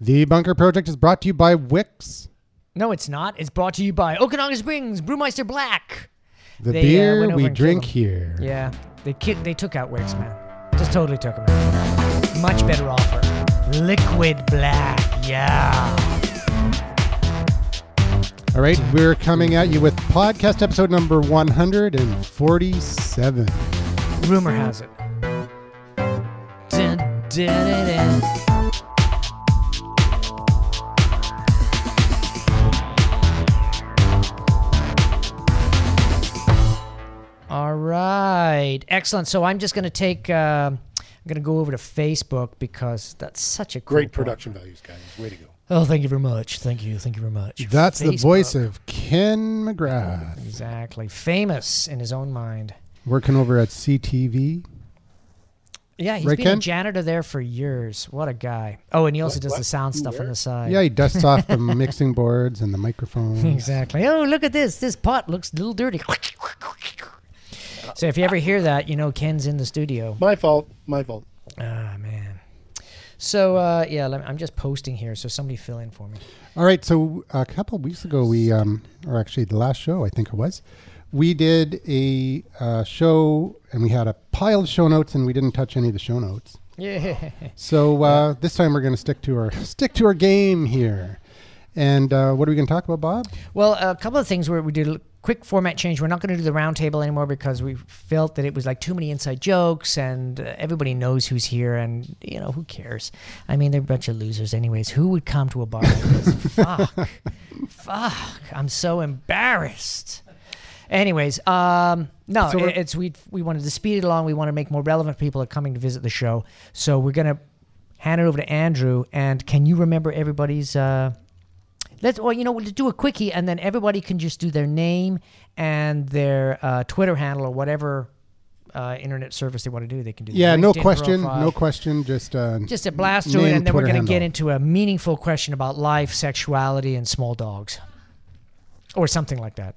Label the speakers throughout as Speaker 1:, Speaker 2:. Speaker 1: The Bunker Project is brought to you by Wix,
Speaker 2: No, it's not. It's brought to you by Okanagan Springs Brewmeister Black.
Speaker 1: the
Speaker 2: They, uh,
Speaker 1: beer
Speaker 2: went over
Speaker 1: we
Speaker 2: and killed
Speaker 1: drink
Speaker 2: them.
Speaker 1: here.
Speaker 2: Yeah, they kicked, they took out Wix, man. Just totally took him out. Much better offer. Liquid Black. Yeah.
Speaker 1: All right, we're coming at you with podcast episode number 147.
Speaker 2: Rumor has it. Dun, dun, dun, dun. All right, excellent. So I'm just going to take. Uh, I'm going to go over to Facebook because that's such a cool
Speaker 3: Great
Speaker 2: product.
Speaker 3: production values, guys. Way to go.
Speaker 2: Oh, thank you very much. Thank you. Thank you very much.
Speaker 1: That's the voice
Speaker 2: Facebook.
Speaker 1: of Ken McGrath,
Speaker 2: Exactly. Famous in his own mind.
Speaker 1: working over at CTV.
Speaker 2: Yeah, he's
Speaker 1: Right,
Speaker 2: been a
Speaker 1: Ken?
Speaker 2: janitor there for years. What a guy. Oh, and he also
Speaker 3: What-
Speaker 2: does the
Speaker 3: what?
Speaker 2: sound
Speaker 3: Who,
Speaker 2: stuff on
Speaker 3: where?
Speaker 2: the side.
Speaker 1: Yeah, he dusts off the mixing boards and the microphones.
Speaker 2: Exactly. Oh, look at this. This pot looks a little dirty. So if you ever hear that, you know Ken's in the studio.
Speaker 3: My fault. My fault.
Speaker 2: Ah, man. So uh, yeah, let me, I'm just posting here, so somebody fill in for me.
Speaker 1: All right, so a couple weeks ago, we, um, or actually the last show, I think it was, we did a uh, show and we had a pile of show notes and we didn't touch any of the show notes.
Speaker 2: Yeah.
Speaker 1: So uh, this time we're going to stick to our stick to our game here. And uh, what are we going to talk about, Bob?
Speaker 2: Well, a couple of things where we did a quick format change. We're not going to do the roundtable anymore because we felt that it was like too many inside jokes and uh, everybody knows who's here and, you know, who cares? I mean, they're a bunch of losers anyways. Who would come to a bar like this? Fuck. Fuck. I'm so embarrassed. Anyways, um, no,
Speaker 1: So
Speaker 2: it-
Speaker 1: we're-
Speaker 2: it's we we wanted to speed it along. We want to make more relevant people are coming to visit the show. So we're gonna hand it over to Andrew. And can you remember everybody's? Uh, let's well, you know, we'll just do a quickie, and then everybody can just do their name and their uh, Twitter handle or whatever uh, internet service they want to do. They can do. their
Speaker 1: Yeah, no
Speaker 2: LinkedIn
Speaker 1: question,
Speaker 2: profile.
Speaker 1: no question. Just uh,
Speaker 2: Just a blast through it,
Speaker 1: Name,
Speaker 2: and then we're
Speaker 1: Twitter
Speaker 2: going to get into
Speaker 1: handle.
Speaker 2: a meaningful question about life, sexuality, and small dogs, or something like that.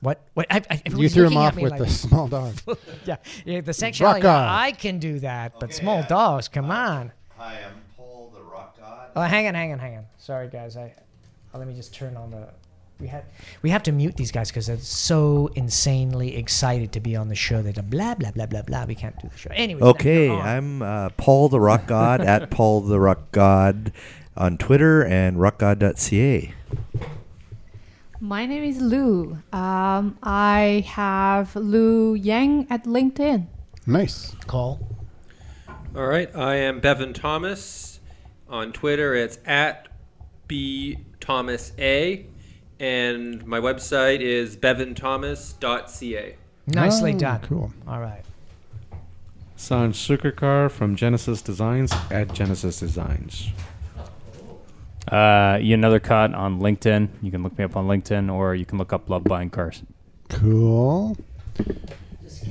Speaker 2: What? What? I, I,
Speaker 1: you
Speaker 2: everybody's
Speaker 1: threw him
Speaker 2: looking at
Speaker 1: off
Speaker 2: me
Speaker 1: with
Speaker 2: like,
Speaker 1: the small dog.
Speaker 2: Yeah, yeah, the sexuality.
Speaker 1: on.
Speaker 2: I can do that, but small dogs. Come on.
Speaker 4: Hi, I'm Paul the Rock God.
Speaker 2: Oh, hang on, hang on, hang on. Sorry, guys. I oh, let me just turn on the. We had we have to mute these guys because they're so insanely excited to be on the show. They're blah blah blah blah blah. We can't do the show. Anyway.
Speaker 1: Oh.
Speaker 4: Okay, I'm uh, Paul the Rock God at Paul the Rock God on Twitter and rockgod.ca.
Speaker 5: My name is Lou. Um, I have Lou Yang at LinkedIn.
Speaker 1: Nice.
Speaker 2: call.
Speaker 6: All right, I am Bevan Thomas. On Twitter, it's at b thomas a, and my website is bevinthomas.ca.
Speaker 2: Nicely
Speaker 1: Oh,
Speaker 2: done.
Speaker 1: Cool.
Speaker 2: All right.
Speaker 7: Sanj Sukarkar from Genesis Designs at Genesis Designs.
Speaker 8: Uh, Ian Nethercott on LinkedIn. You can look me up on LinkedIn, or you can look up Love Buying Cars.
Speaker 1: Cool.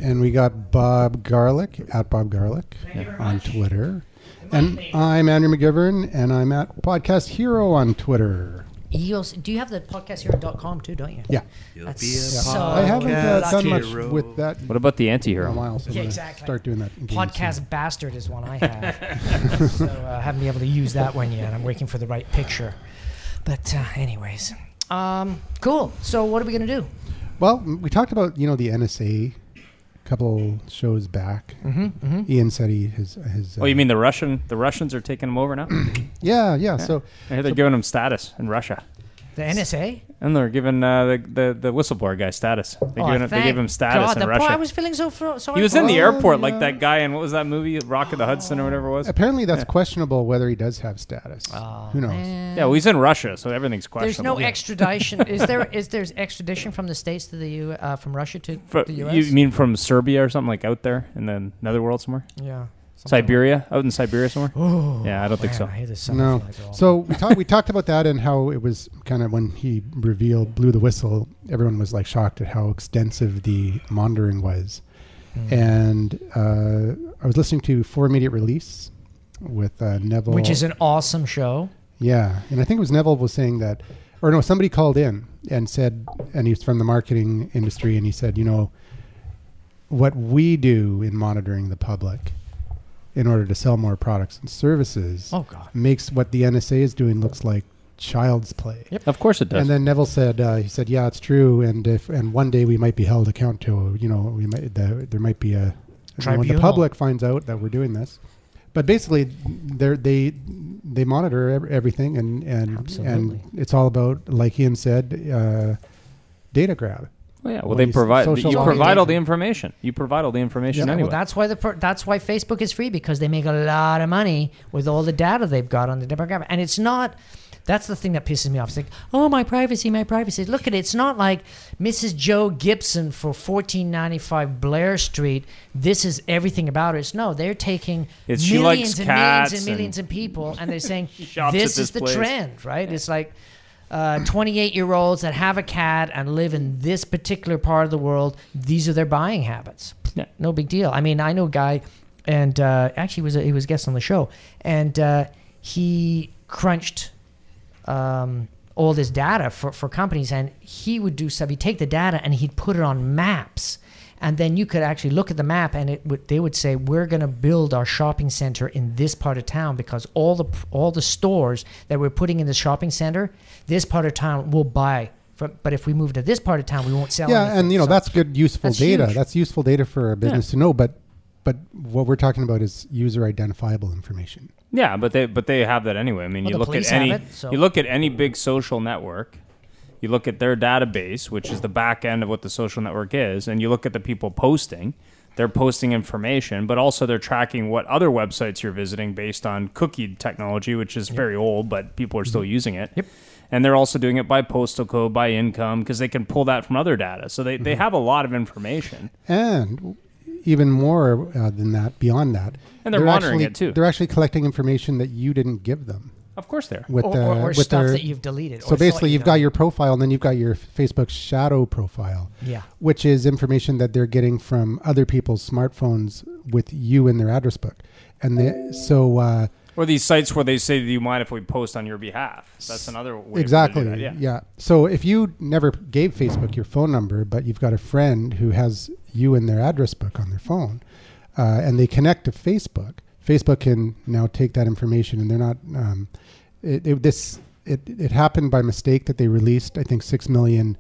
Speaker 1: And we got Bob Garlic at Bob Garlic on Twitter. And I'm Andrew McGivern, and I'm at Podcast Hero on Twitter.
Speaker 2: Eos, do you have the podcasthero.com too? Don't you?
Speaker 1: Yeah,
Speaker 2: That's
Speaker 4: be a
Speaker 2: so
Speaker 1: I haven't uh, done
Speaker 4: Podcast
Speaker 1: much
Speaker 4: Hero.
Speaker 1: with that
Speaker 8: What about the
Speaker 1: in a
Speaker 8: anti-hero?
Speaker 1: while. So
Speaker 2: Yeah,
Speaker 1: I'm gonna
Speaker 2: exactly.
Speaker 1: Start doing that. again soon.
Speaker 2: Podcast Bastard is one I have. so uh, I haven't been able to use that one yet. I'm waiting for the right picture. But, uh, anyways, um, cool. So, what are we going to do?
Speaker 1: Well, m- we talked about you know the NSA a couple shows back. Mm-hmm, Ian said he his his.
Speaker 8: Oh,
Speaker 1: uh,
Speaker 8: you mean the Russian? The Russians are taking them over now. I
Speaker 1: Yeah, yeah. So
Speaker 8: hear they're giving them status in Russia,
Speaker 2: The NSA?
Speaker 8: and they're giving uh, the, the the whistleblower guy status. They,
Speaker 2: Oh,
Speaker 8: giving, it- they
Speaker 2: thank
Speaker 8: gave him status
Speaker 2: God,
Speaker 8: in
Speaker 2: the
Speaker 8: Russia.
Speaker 2: Poor, I was feeling so fro- sorry.
Speaker 8: he was
Speaker 2: for
Speaker 8: in the
Speaker 2: him.
Speaker 8: airport
Speaker 1: Oh, yeah.
Speaker 8: like that guy in what was that movie, Rock of the Hudson or whatever it was.
Speaker 1: uh, apparently that's questionable whether he does have status.
Speaker 2: Ah.
Speaker 1: Who knows?
Speaker 8: Yeah, well, he's in Russia, so everything's
Speaker 2: Oh, There's
Speaker 8: questionable.
Speaker 2: no extradition. is there? Is there's extradition from the states to the U, uh, from Russia to
Speaker 8: Fro-
Speaker 2: the U.S.
Speaker 8: you mean from Serbia or something like out there in the netherworld somewhere?
Speaker 2: yeah.
Speaker 8: Siberia, out in Siberia somewhere. yeah, I don't think so.
Speaker 2: Man, I hear the sound
Speaker 1: No.
Speaker 2: flies all-
Speaker 1: So we, talked we talked about that and how it was kind of when he revealed, blew the whistle, everyone was like shocked at how extensive the monitoring was.
Speaker 2: Hmm.
Speaker 1: And uh, I was listening to For Immediate Release with uh, Neville.
Speaker 2: which is an awesome show.
Speaker 1: Yeah. And I think it was Neville was saying that, or no, somebody called in and said, and he's from the marketing industry, and he said, you know, what we do in monitoring the public in order to sell more products and services
Speaker 2: Oh God.
Speaker 1: makes what the NSA is doing looks like child's play.
Speaker 8: Of course it does.
Speaker 1: And then Neville said, uh, he said, yeah, it's true. And if and one day we might be held account to, you know, we might the, there might be a when the
Speaker 2: Tribunal.
Speaker 1: public finds out that we're doing this. But basically, they they they monitor ev- everything, and and
Speaker 2: Absolutely.
Speaker 1: and it's all about, like Ian said, uh, data grab.
Speaker 8: well, yeah, well,
Speaker 1: when
Speaker 8: they
Speaker 1: you s-
Speaker 8: provide
Speaker 1: social
Speaker 8: you
Speaker 1: media.
Speaker 8: provide all the information. You provide all the information
Speaker 1: Yeah,
Speaker 8: anyway.
Speaker 2: Well, that's why the per- that's why Facebook is free because they make a lot of money with all the data they've got on the demographic, and it's not. That's the thing that pisses me off. It's like, oh, my privacy, my privacy. Look at it. It's not like Mrs. Joe Gibson for fourteen ninety five Blair Street. This is everything about us. No, they're taking
Speaker 8: It's she
Speaker 2: millions
Speaker 8: likes
Speaker 2: and
Speaker 8: cats
Speaker 2: millions and
Speaker 8: and-
Speaker 2: millions of people, and they're saying
Speaker 8: Shops at
Speaker 2: this
Speaker 8: this
Speaker 2: is the
Speaker 8: place.
Speaker 2: trend, right? It's like uh, 28 year olds that have a cat and live in this particular part of the world, these are their buying habits.
Speaker 8: Yeah.
Speaker 2: No big deal. I mean, I know a guy, and uh, actually, he was a, he was a guest on the show, and uh, he crunched um, all this data for, for companies, and he would do stuff. He'd take the data and he'd put it on maps. And then you could actually look at the map, and it would, they would say, "We're going to build our shopping center in this part of town because all the all the stores that we're putting in the shopping center, this part of town will buy. From, but if we move to this part of town, we won't sell."
Speaker 1: Yeah,
Speaker 2: anything."
Speaker 1: and you know
Speaker 2: So-
Speaker 1: that's good, useful
Speaker 2: That's
Speaker 1: data.
Speaker 2: huge.
Speaker 1: That's useful data for a business
Speaker 8: Yeah.
Speaker 1: to know. But but what we're talking about is user identifiable information.
Speaker 8: Yeah, but they but they have that anyway. I mean,
Speaker 2: Well,
Speaker 8: you
Speaker 2: the
Speaker 8: look
Speaker 2: police
Speaker 8: at
Speaker 2: have
Speaker 8: any
Speaker 2: it, so-
Speaker 8: you look at any big social network, you look at their database, which is the back end of what the social network is, and you look at the people posting. They're posting information, but also they're tracking what other websites you're visiting based on cookie technology, which is very old, but people are
Speaker 2: Mm-hmm.
Speaker 8: still using it. Yep. And they're also doing it by postal code, by income, because they can pull that from other data. So they,
Speaker 2: Mm-hmm.
Speaker 8: they have a lot of information.
Speaker 1: and even more uh, than that, beyond that,
Speaker 8: And they're monitoring
Speaker 1: actually,
Speaker 8: it too.
Speaker 1: They're actually collecting information that you didn't give them
Speaker 8: Of course, they're.
Speaker 1: with
Speaker 2: or,
Speaker 1: the
Speaker 2: or, or
Speaker 1: with
Speaker 2: stuff
Speaker 1: their-
Speaker 2: that you've deleted. or
Speaker 1: So
Speaker 2: thought
Speaker 1: basically,
Speaker 2: you'd
Speaker 1: you've got
Speaker 2: done.
Speaker 1: your profile, and then you've got your Facebook shadow profile,
Speaker 2: yeah.
Speaker 1: which is information that they're getting from other people's smartphones with you in their address book, and they, so uh,
Speaker 8: Or these sites where they say, Do you mind if we post on your behalf? That's another way. for them to do
Speaker 1: exactly
Speaker 8: that,
Speaker 1: yeah.
Speaker 8: yeah.
Speaker 1: so if you never gave facebook your phone number but you've got a friend who has you in their address book on their phone uh, and they connect to facebook facebook can now take that information and they're not um, it, it, this it, it happened by mistake that they released i think 6 million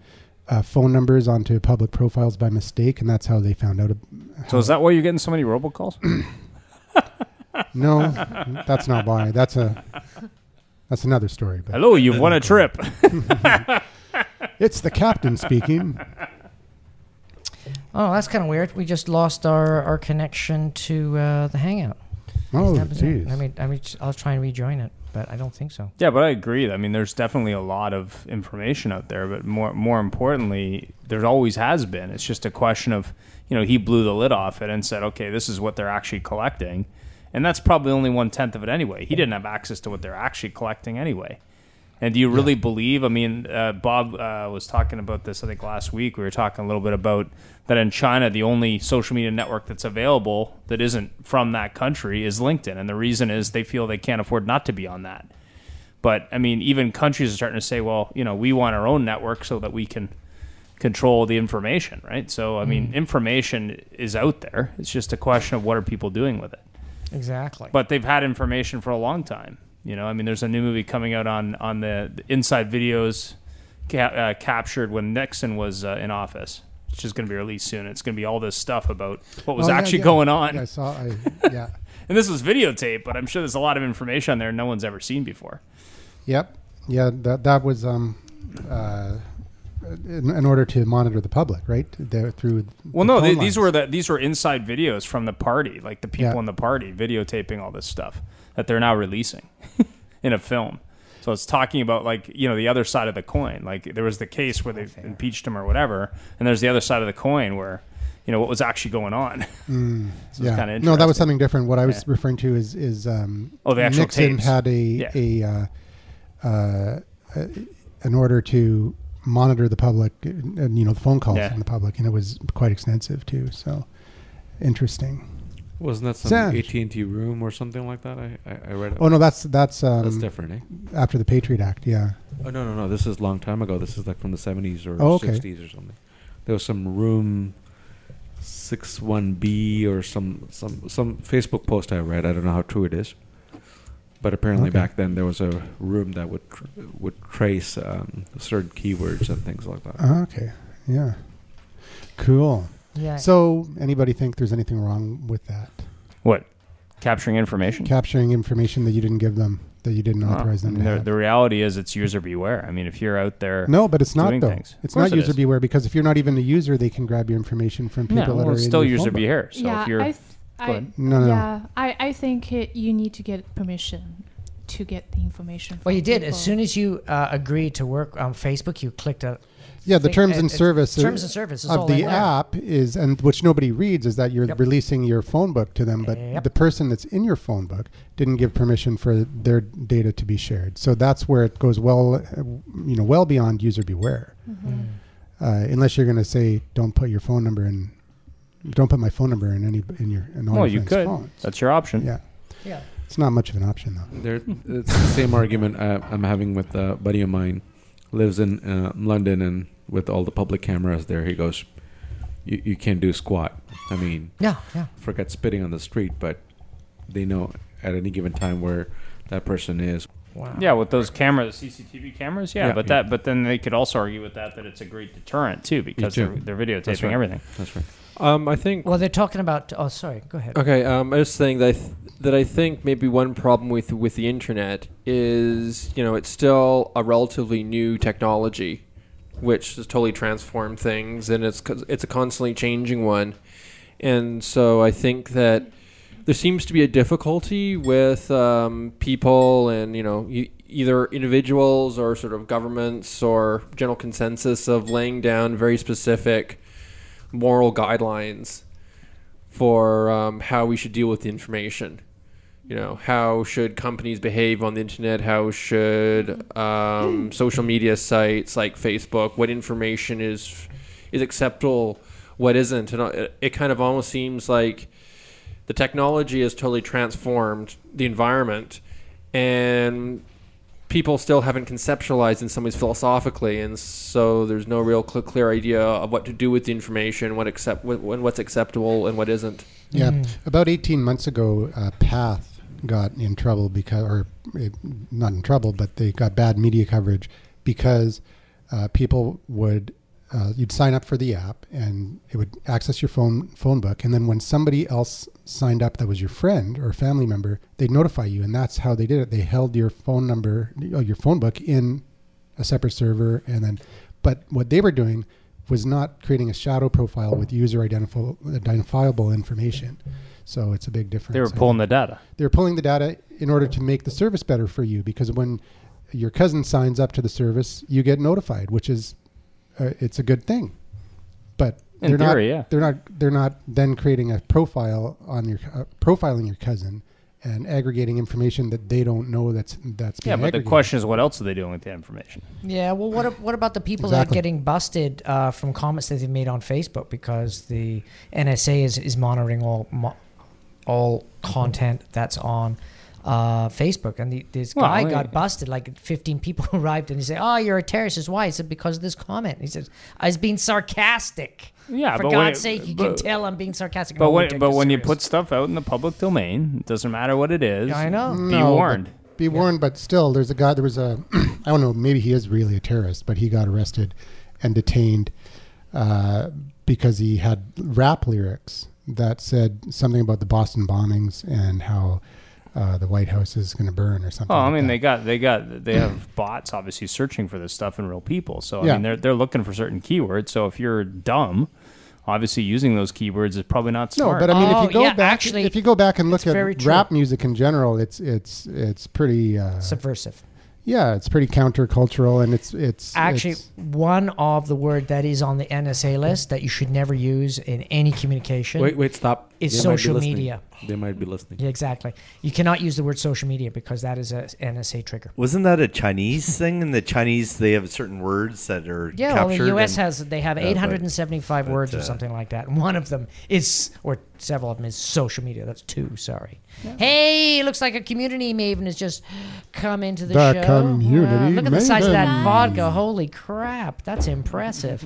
Speaker 1: uh, phone numbers onto public profiles by mistake and that's how they found out ab-
Speaker 8: So is that why you're getting so many robocalls?
Speaker 1: no that's not why that's a that's another story but
Speaker 8: Hello, you've won a trip.
Speaker 1: it's the captain speaking
Speaker 2: Oh, that's kind of weird. We just lost our, our connection to uh, the Hangout.
Speaker 1: oh
Speaker 2: That was it.
Speaker 1: jeez
Speaker 2: I mean, I mean, I'll try and rejoin it, but I don't think so.
Speaker 8: yeah, but I agree. I mean, there's definitely a lot of information out there, but more more importantly, there always has been. It's just a question of, you know, he blew the lid off it and said, "Okay, this is what they're actually collecting." And that's probably only one tenth of it anyway. He didn't have access to what they're actually collecting anyway. And do you really believe? I mean, uh, Bob uh, was talking about this, I think, last week. We were talking a little bit about that in China, the only social media network that's available that isn't from that country is LinkedIn. And the reason is they feel they can't afford not to be on that. But I mean, even countries are starting to say, well, you know, we want our own network so that we can control the information, right? So, I mean,
Speaker 1: Mm-hmm.
Speaker 8: information is out there. It's just a question of what are people doing with it.
Speaker 2: Exactly.
Speaker 8: But they've had information for a long time. You know, I mean, there's a new movie coming out on on the, the inside videos ca- uh, captured when Nixon was uh, in office, which is going to be released soon. It's going to be all this stuff about what was
Speaker 1: Oh, yeah,
Speaker 8: actually
Speaker 1: yeah.
Speaker 8: going on,
Speaker 1: Yeah, I saw. I, yeah.
Speaker 8: and this was videotape. But I'm sure there's a lot of information on there no one's ever seen before.
Speaker 1: yep. Yeah. That that was um, uh, in, in order to monitor the public, right? There through.
Speaker 8: Well,
Speaker 1: the
Speaker 8: no,
Speaker 1: phone
Speaker 8: they, these
Speaker 1: lines.
Speaker 8: were the these were inside videos from the party, like the people
Speaker 1: Yeah.
Speaker 8: in the party videotaping all this stuff that they're now releasing in a film. So it's talking about like you know the other side of the coin. Like there was the case where they impeached him or whatever, and there's the other side of the coin where you know what was actually going on.
Speaker 1: Mm.
Speaker 8: so it's kind of
Speaker 1: no, that was something different. What I was referring to is is um,
Speaker 8: Oh, the actual
Speaker 1: Nixon
Speaker 8: tapes.
Speaker 1: had a
Speaker 8: Yeah.
Speaker 1: a uh, uh, uh, an order to monitor the public, uh, and, you know, the phone calls
Speaker 8: Yeah.
Speaker 1: from the public, and it was quite extensive too. So interesting.
Speaker 7: Wasn't that
Speaker 1: Sanj.
Speaker 7: some AT and T room or something like that? I I, I read it.
Speaker 1: Oh no, that's that's um,
Speaker 7: That's different, eh?
Speaker 1: after the Patriot Act. Yeah.
Speaker 7: Oh no, no, no. This is a long time ago. This is like from the seventies or
Speaker 1: Oh, okay.
Speaker 7: sixties or something. There was some room, six one b or some some some Facebook post I read. I don't know how true it is, but apparently
Speaker 1: Okay.
Speaker 7: back then there was a room that would tr- would trace um, certain keywords and things like that.
Speaker 1: Ah, okay. Yeah. Cool.
Speaker 2: Yeah.
Speaker 1: So, anybody think there's anything wrong with that?
Speaker 8: What? Capturing information?
Speaker 1: Capturing information that you didn't give them, that you didn't
Speaker 8: Uh,
Speaker 1: authorize them to
Speaker 8: the,
Speaker 1: have.
Speaker 8: the reality is it's user beware. I mean, if you're out there,
Speaker 1: no, but it's not
Speaker 8: doing
Speaker 1: though.
Speaker 8: things. Of
Speaker 1: It's
Speaker 8: course
Speaker 1: not
Speaker 8: it
Speaker 1: user
Speaker 8: is.
Speaker 1: beware because if you're not even a user, they can grab your information from people
Speaker 8: yeah,
Speaker 1: that
Speaker 8: well,
Speaker 1: are
Speaker 8: it's
Speaker 1: in
Speaker 8: still
Speaker 1: your
Speaker 8: user
Speaker 1: phone book.
Speaker 8: beware. So if you're
Speaker 5: I, th-
Speaker 8: Go
Speaker 5: I
Speaker 8: ahead.
Speaker 1: No, no, no.
Speaker 5: yeah, I, I think it, you need to get permission to get the information.
Speaker 2: well,
Speaker 5: from
Speaker 2: you did.
Speaker 5: people.
Speaker 2: As soon as you uh, agreed to work on Facebook, you clicked a
Speaker 1: Yeah, the
Speaker 2: thing-
Speaker 1: terms and
Speaker 2: it- it-
Speaker 1: service
Speaker 2: Terms and service is all
Speaker 1: of the
Speaker 2: in there.
Speaker 1: app is, and which nobody reads, is that you're
Speaker 2: Yep.
Speaker 1: releasing your phone book to them, but
Speaker 2: Yep.
Speaker 1: the person that's in your phone book didn't give permission for their data to be shared. So that's where it goes well, uh, you know, well beyond user beware.
Speaker 2: Mm-hmm.
Speaker 1: Uh, unless you're going to say, don't put your phone number in, don't put my phone number in any in your in all
Speaker 8: well,
Speaker 1: your
Speaker 8: you
Speaker 1: friends'
Speaker 8: could.
Speaker 1: phones.
Speaker 8: That's your option.
Speaker 1: yeah,
Speaker 2: Yeah.
Speaker 1: it's not much of an option though.
Speaker 7: There, it's the same argument I, I'm having with a buddy of mine. Lives in uh, London and with all the public cameras there, he goes, "You you can't do squat." I mean,
Speaker 2: Yeah, yeah.
Speaker 7: forget spitting on the street, but they know at any given time where that person is.
Speaker 2: Wow.
Speaker 8: Yeah, with those cameras, CCTV cameras. Yeah,
Speaker 7: Yeah.
Speaker 8: but that, but then they could also argue with that that it's a great deterrent too because
Speaker 7: too.
Speaker 8: they're they're videotaping
Speaker 7: right.
Speaker 8: everything.
Speaker 7: That's right.
Speaker 6: Um, I think.
Speaker 2: Well, they're talking about. Oh, sorry. Go ahead.
Speaker 6: Okay, um, I was saying that I th- that I think maybe one problem with with the internet is you know it's still a relatively new technology, which has totally transformed things, and it's co- it's a constantly changing one, and so I think that there seems to be a difficulty with um, people and you know e- either individuals or sort of governments or general consensus of laying down very specific moral guidelines for um, how we should deal with the information. You know, how should companies behave on the internet? How should um, social media sites like Facebook? What information is is acceptable? What isn't? And uh, it kind of almost seems like the technology has totally transformed the environment, and people still haven't conceptualized in some ways philosophically, and so there's no real cl- clear idea of what to do with the information, what accept, wh- when what's acceptable and what isn't.
Speaker 1: Yeah, about 18 months ago, uh, Path got in trouble because, or it, not in trouble, but they got bad media coverage because uh, people would uh, you'd sign up for the app and it would access your phone phone book, and then when somebody else signed up that was your friend or family member, they'd notify you, and that's how they did it. They held your phone number, uh, your phone book in a separate server, and then, but what they were doing was not creating a shadow profile with user identifiable, identifiable information. So it's a big difference.
Speaker 8: They were pulling the data.
Speaker 1: They were pulling the data in order to make the service better for you because when your cousin signs up to the service, you get notified, which is uh, it's a good thing. But
Speaker 8: In
Speaker 1: they're
Speaker 8: theory,
Speaker 1: not
Speaker 8: yeah.
Speaker 1: they're not they're not then creating a profile on your uh, profiling your cousin and aggregating information that they don't know that's that's
Speaker 8: Yeah,
Speaker 1: being
Speaker 8: but the
Speaker 1: aggregated.
Speaker 8: question is, what else are they doing with the information?
Speaker 2: Yeah. Well, what ab- what about the people that are
Speaker 1: Exactly.
Speaker 2: getting busted uh, from comments that they made on Facebook because the NSA is, is monitoring all mo- all content that's on uh, Facebook, and the, this
Speaker 8: Well,
Speaker 2: guy
Speaker 8: I-
Speaker 2: got busted. Like 15 people arrived, and he said, "Oh, you're a terrorist." I said, Why? He said, "Because of this comment." He says, "I was being sarcastic."
Speaker 8: Yeah,
Speaker 2: For
Speaker 8: but when
Speaker 2: God's
Speaker 8: it-
Speaker 2: sake, you can
Speaker 8: but-
Speaker 2: tell I'm being sarcastic.
Speaker 8: But
Speaker 2: Oh, we
Speaker 8: when
Speaker 2: take
Speaker 8: but
Speaker 2: this
Speaker 8: when you
Speaker 2: serious.
Speaker 8: put stuff out in the public domain, it doesn't matter what it is.
Speaker 2: I know.
Speaker 8: Be
Speaker 1: No, but-
Speaker 8: warned.
Speaker 1: Be warned, but still, there's a guy. There was a, I don't know, maybe he is really a terrorist, but he got arrested and detained uh, because he had rap lyrics that said something about the Boston bombings and how uh, the White House is going to burn or something.
Speaker 8: Oh, I
Speaker 1: like
Speaker 8: mean,
Speaker 1: that.
Speaker 8: they got they got they have bots obviously searching for this stuff in real people. So I
Speaker 1: Yeah.
Speaker 8: mean, they're they're looking for certain keywords. So if you're dumb, obviously using those keywords is probably not
Speaker 1: No,
Speaker 8: smart.
Speaker 1: but I mean, if
Speaker 2: Oh,
Speaker 1: you go
Speaker 2: yeah,
Speaker 1: back,
Speaker 2: actually,
Speaker 1: if you go back and look
Speaker 2: it's
Speaker 1: at
Speaker 2: very true.
Speaker 1: rap music in general, it's it's it's pretty, uh,
Speaker 2: subversive.
Speaker 1: yeah, it's pretty countercultural, and it's it's
Speaker 2: actually
Speaker 1: it's-
Speaker 2: one of the word that is on the NSA list that you should never use in any communication.
Speaker 7: Wait, wait, stop.
Speaker 2: It's
Speaker 7: They might be
Speaker 2: social
Speaker 7: listening.
Speaker 2: media.
Speaker 7: They might be listening.
Speaker 2: Yeah, exactly. You cannot use the word social media because that is a NSA trigger.
Speaker 4: Wasn't that a Chinese thing? And the Chinese, they have certain words that are
Speaker 2: Yeah, well,
Speaker 4: captured.
Speaker 2: the U.S.
Speaker 4: and-
Speaker 2: has they have
Speaker 7: Uh,
Speaker 4: Yeah, but-
Speaker 2: 875
Speaker 4: but,
Speaker 2: words or
Speaker 4: uh,
Speaker 2: something like that, and one of them is, or several of them is social media. That's two. Sorry. Hey, looks like a community maven has just come into the,
Speaker 1: The
Speaker 2: show.
Speaker 1: community
Speaker 2: look at the size of that
Speaker 1: maven.
Speaker 2: vodka! Holy crap, that's impressive.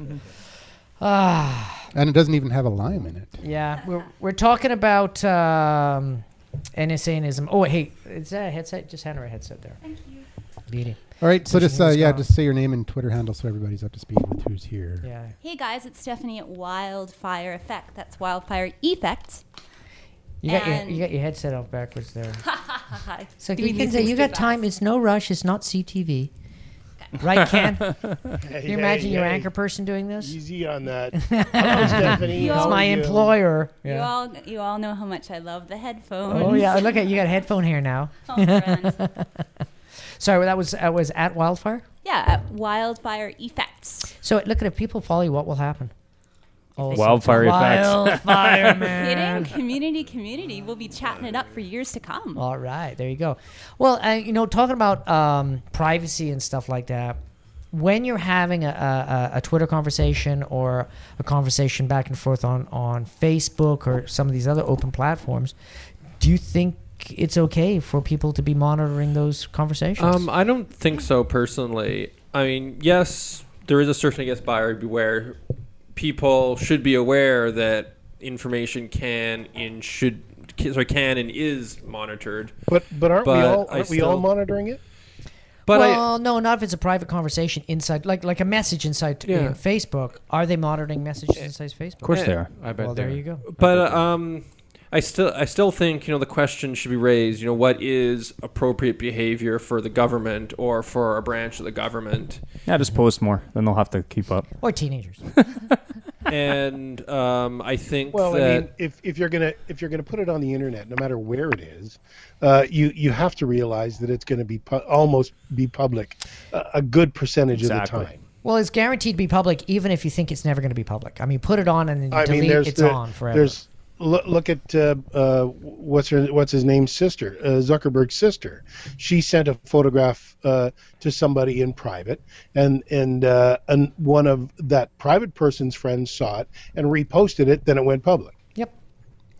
Speaker 1: and it doesn't even have a lime in it.
Speaker 2: Yeah, we're we're talking about um, NSAism. Oh, hey, is that a headset? Just hand her a headset there. Thank you. Beauty.
Speaker 1: All right, so
Speaker 2: Which
Speaker 1: just uh,
Speaker 2: means
Speaker 1: yeah,
Speaker 2: gone.
Speaker 1: just say your name and Twitter handle so everybody's up to speed with who's here.
Speaker 2: Yeah.
Speaker 9: Hey guys, it's Stephanie at Wildfire Effect. That's Wildfire Effect.
Speaker 2: You got your,
Speaker 9: And-
Speaker 2: you got your headset off backwards there.
Speaker 9: Hi.
Speaker 2: So
Speaker 9: Doing
Speaker 2: you can
Speaker 9: these
Speaker 2: say
Speaker 9: things
Speaker 2: you
Speaker 9: too
Speaker 2: got time.
Speaker 9: fast.
Speaker 2: It's no rush. It's not CTV. Right, Oh, Ken? Can you imagine your anchor person doing this?
Speaker 3: Easy on that. Hello, Stephanie.
Speaker 9: It's
Speaker 3: How
Speaker 2: It's
Speaker 3: are
Speaker 2: my
Speaker 3: you?
Speaker 2: employer.
Speaker 9: You
Speaker 2: Yeah.
Speaker 9: all, you all know how much I love the headphones.
Speaker 2: Oh yeah. Look at you got a headphone here now.
Speaker 9: Oh, friend.
Speaker 2: Sorry, that was uh, was at wildfire.
Speaker 9: yeah, at Wildfire Effects.
Speaker 2: So look at if people follow you, what will happen? Oh,
Speaker 8: Wildfire effects.
Speaker 2: Wildfire
Speaker 9: Hitting
Speaker 2: man.
Speaker 9: community, community. We'll be chatting it up for years to come.
Speaker 2: All right, there you go. Well, uh, you know, talking about um, privacy and stuff like that, when you're having a, a, a Twitter conversation or a conversation back and forth on, on Facebook or some of these other open platforms, do you think it's okay for people to be monitoring those conversations?
Speaker 6: Um, I don't think so personally. I mean, yes, there is a certain, I guess, buyer beware. People should be aware that information can and should, sorry, can and is monitored.
Speaker 3: But but aren't we
Speaker 6: But
Speaker 3: all
Speaker 6: I
Speaker 3: aren't we all
Speaker 6: still-
Speaker 3: monitoring it?
Speaker 6: But
Speaker 2: well, no, not if it's a private conversation inside, like like a message inside
Speaker 6: Yeah.
Speaker 2: in Facebook. Are they monitoring messages inside Facebook? Eh.
Speaker 8: Of course they are.
Speaker 7: I bet
Speaker 2: Well, there
Speaker 7: they're-
Speaker 2: you go.
Speaker 6: I, but uh, um, I still, I still think you know the question should be raised. You know, what is appropriate behavior for the government or for a branch of the government?
Speaker 8: Yeah, just post more. Then they'll have to keep up.
Speaker 2: Or teenagers.
Speaker 6: and um, I think
Speaker 3: Well,
Speaker 6: that
Speaker 3: I mean, if, if you're gonna if you're gonna put it on the internet, no matter where it is, uh, you you have to realize that it's going to be pu- almost be public uh, a good percentage
Speaker 8: Exactly.
Speaker 3: of the time.
Speaker 2: Well, it's guaranteed to be public, even if you think it's never going to be public. I mean, put it on and then you
Speaker 3: I
Speaker 2: delete.
Speaker 3: mean, there's
Speaker 2: it's
Speaker 3: the,
Speaker 2: on forever.
Speaker 3: There's look, look at uh, uh, what's her what's his name's sister uh, Zuckerberg's sister. She sent a photograph uh, to somebody in private, and and uh, and one of that private person's friends saw it and reposted it. Then it went public.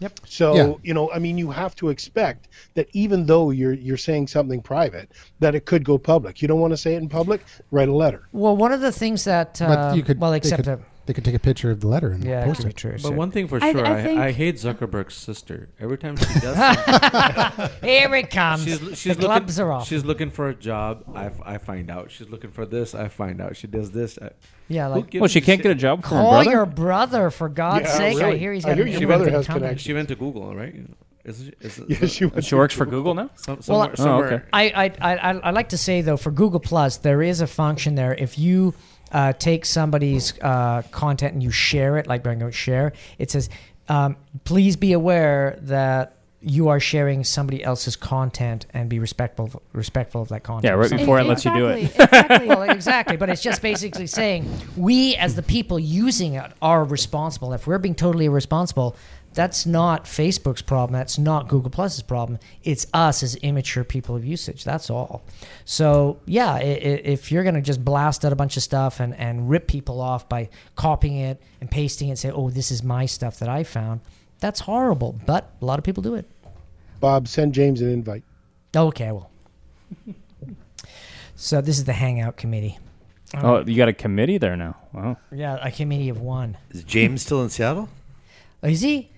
Speaker 2: yep.
Speaker 3: So
Speaker 1: Yeah.
Speaker 3: you know, I mean, you have to expect that even though you're you're saying something private, that it could go public. You don't want to say it in public, write a letter.
Speaker 2: Well, one of the things that
Speaker 1: But
Speaker 2: uh,
Speaker 1: you could
Speaker 2: well,
Speaker 1: they
Speaker 2: except
Speaker 1: could,
Speaker 2: that
Speaker 1: they could take a picture of the letter and
Speaker 2: yeah, it
Speaker 1: post
Speaker 2: could be
Speaker 1: it.
Speaker 2: true.
Speaker 7: But
Speaker 2: so-
Speaker 7: one thing for
Speaker 5: I-
Speaker 7: sure,
Speaker 5: I
Speaker 7: I,
Speaker 5: think-
Speaker 7: I, hate Zuckerberg's sister. Every time she does something,
Speaker 2: here it comes.
Speaker 7: she's,
Speaker 2: the
Speaker 7: she's looking,
Speaker 2: clubs are off.
Speaker 7: She's looking for a job. I, f- I find out. She's looking for this. I find out. She does this. I,
Speaker 2: yeah,
Speaker 7: who
Speaker 2: like
Speaker 7: gives
Speaker 8: Well, she
Speaker 7: a
Speaker 8: can't
Speaker 7: shit?
Speaker 8: get a job for
Speaker 2: call
Speaker 8: her brother.
Speaker 2: your brother for God's
Speaker 3: Yeah,
Speaker 2: sake. I
Speaker 3: really.
Speaker 2: hear he's
Speaker 3: I
Speaker 2: got
Speaker 3: hear
Speaker 2: an
Speaker 3: your brother
Speaker 2: immigrant
Speaker 3: has
Speaker 2: company.
Speaker 3: connections.
Speaker 7: She went to Google, right? Isn't she? Is,
Speaker 3: Yeah,
Speaker 7: is-
Speaker 3: she went
Speaker 8: She works for Google now.
Speaker 7: some,
Speaker 2: Well,
Speaker 7: somewhere,
Speaker 2: I-
Speaker 8: Oh,
Speaker 7: somewhere.
Speaker 8: okay.
Speaker 2: I, I, I, I like to say though for Google Plus there is a function there if you uh, take somebody's uh, content and you share it like going share it says um, please be aware that you are sharing somebody else's content and be respectful respectful of that content.
Speaker 8: Yeah,
Speaker 2: or
Speaker 8: right
Speaker 2: something.
Speaker 8: before it lets you do it.
Speaker 5: Exactly, Exactly.
Speaker 2: Well, exactly, but it's just basically saying we, as the people using it, are responsible. If we're being totally irresponsible, that's not Facebook's problem. That's not Google Plus's problem. It's us as immature people of usage. That's all. So yeah, i- i- if you're gonna just blast out a bunch of stuff and and rip people off by copying it and pasting it, and say, oh, this is my stuff that I found. That's horrible, but a lot of people do it.
Speaker 3: Bob, send James an invite.
Speaker 2: Okay, well. So this is the hangout committee.
Speaker 8: Oh, you got a committee there now. Wow.
Speaker 2: Yeah, a committee of one.
Speaker 4: Is James still in Seattle?
Speaker 2: Oh, Is he?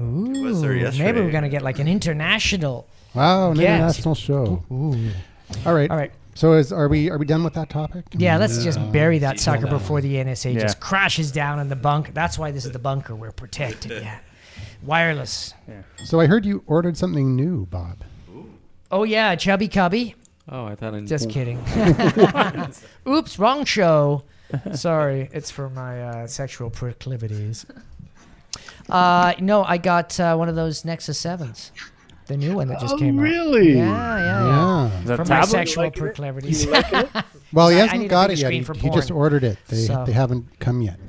Speaker 2: Ooh,
Speaker 4: was there
Speaker 2: maybe we're
Speaker 4: yesterday.
Speaker 2: gonna get like an international.
Speaker 1: Wow, an
Speaker 2: Yes.
Speaker 1: international show. All right.
Speaker 2: All right,
Speaker 1: So is are we are we done with that topic? Uh,
Speaker 2: yeah, let's just bury that sucker before the NSA
Speaker 8: Yeah.
Speaker 2: just crashes down in the bunk. That's why this is the bunker we're protected. Yeah, wireless.
Speaker 1: So I heard you ordered something new, Bob.
Speaker 2: Oh yeah, chubby cubby.
Speaker 7: Oh, I thought I knew.
Speaker 2: Just kidding. Oops, wrong show. Sorry, it's for my uh, sexual proclivities. Uh, no, I got uh, one of those Nexus Sevens, the new one that just
Speaker 3: oh,
Speaker 2: came out.
Speaker 3: really?
Speaker 2: Yeah, yeah, yeah.
Speaker 1: Yeah.
Speaker 8: Is that
Speaker 2: For my
Speaker 8: tablet?
Speaker 2: sexual
Speaker 3: Like it?
Speaker 2: proclivities.
Speaker 1: Well, he
Speaker 2: I- I
Speaker 1: hasn't
Speaker 2: need to pick
Speaker 1: got
Speaker 2: a
Speaker 1: it yet.
Speaker 2: screen
Speaker 1: He,
Speaker 2: for
Speaker 1: he just
Speaker 2: porn.
Speaker 1: ordered it. They
Speaker 2: So-
Speaker 1: they haven't come yet.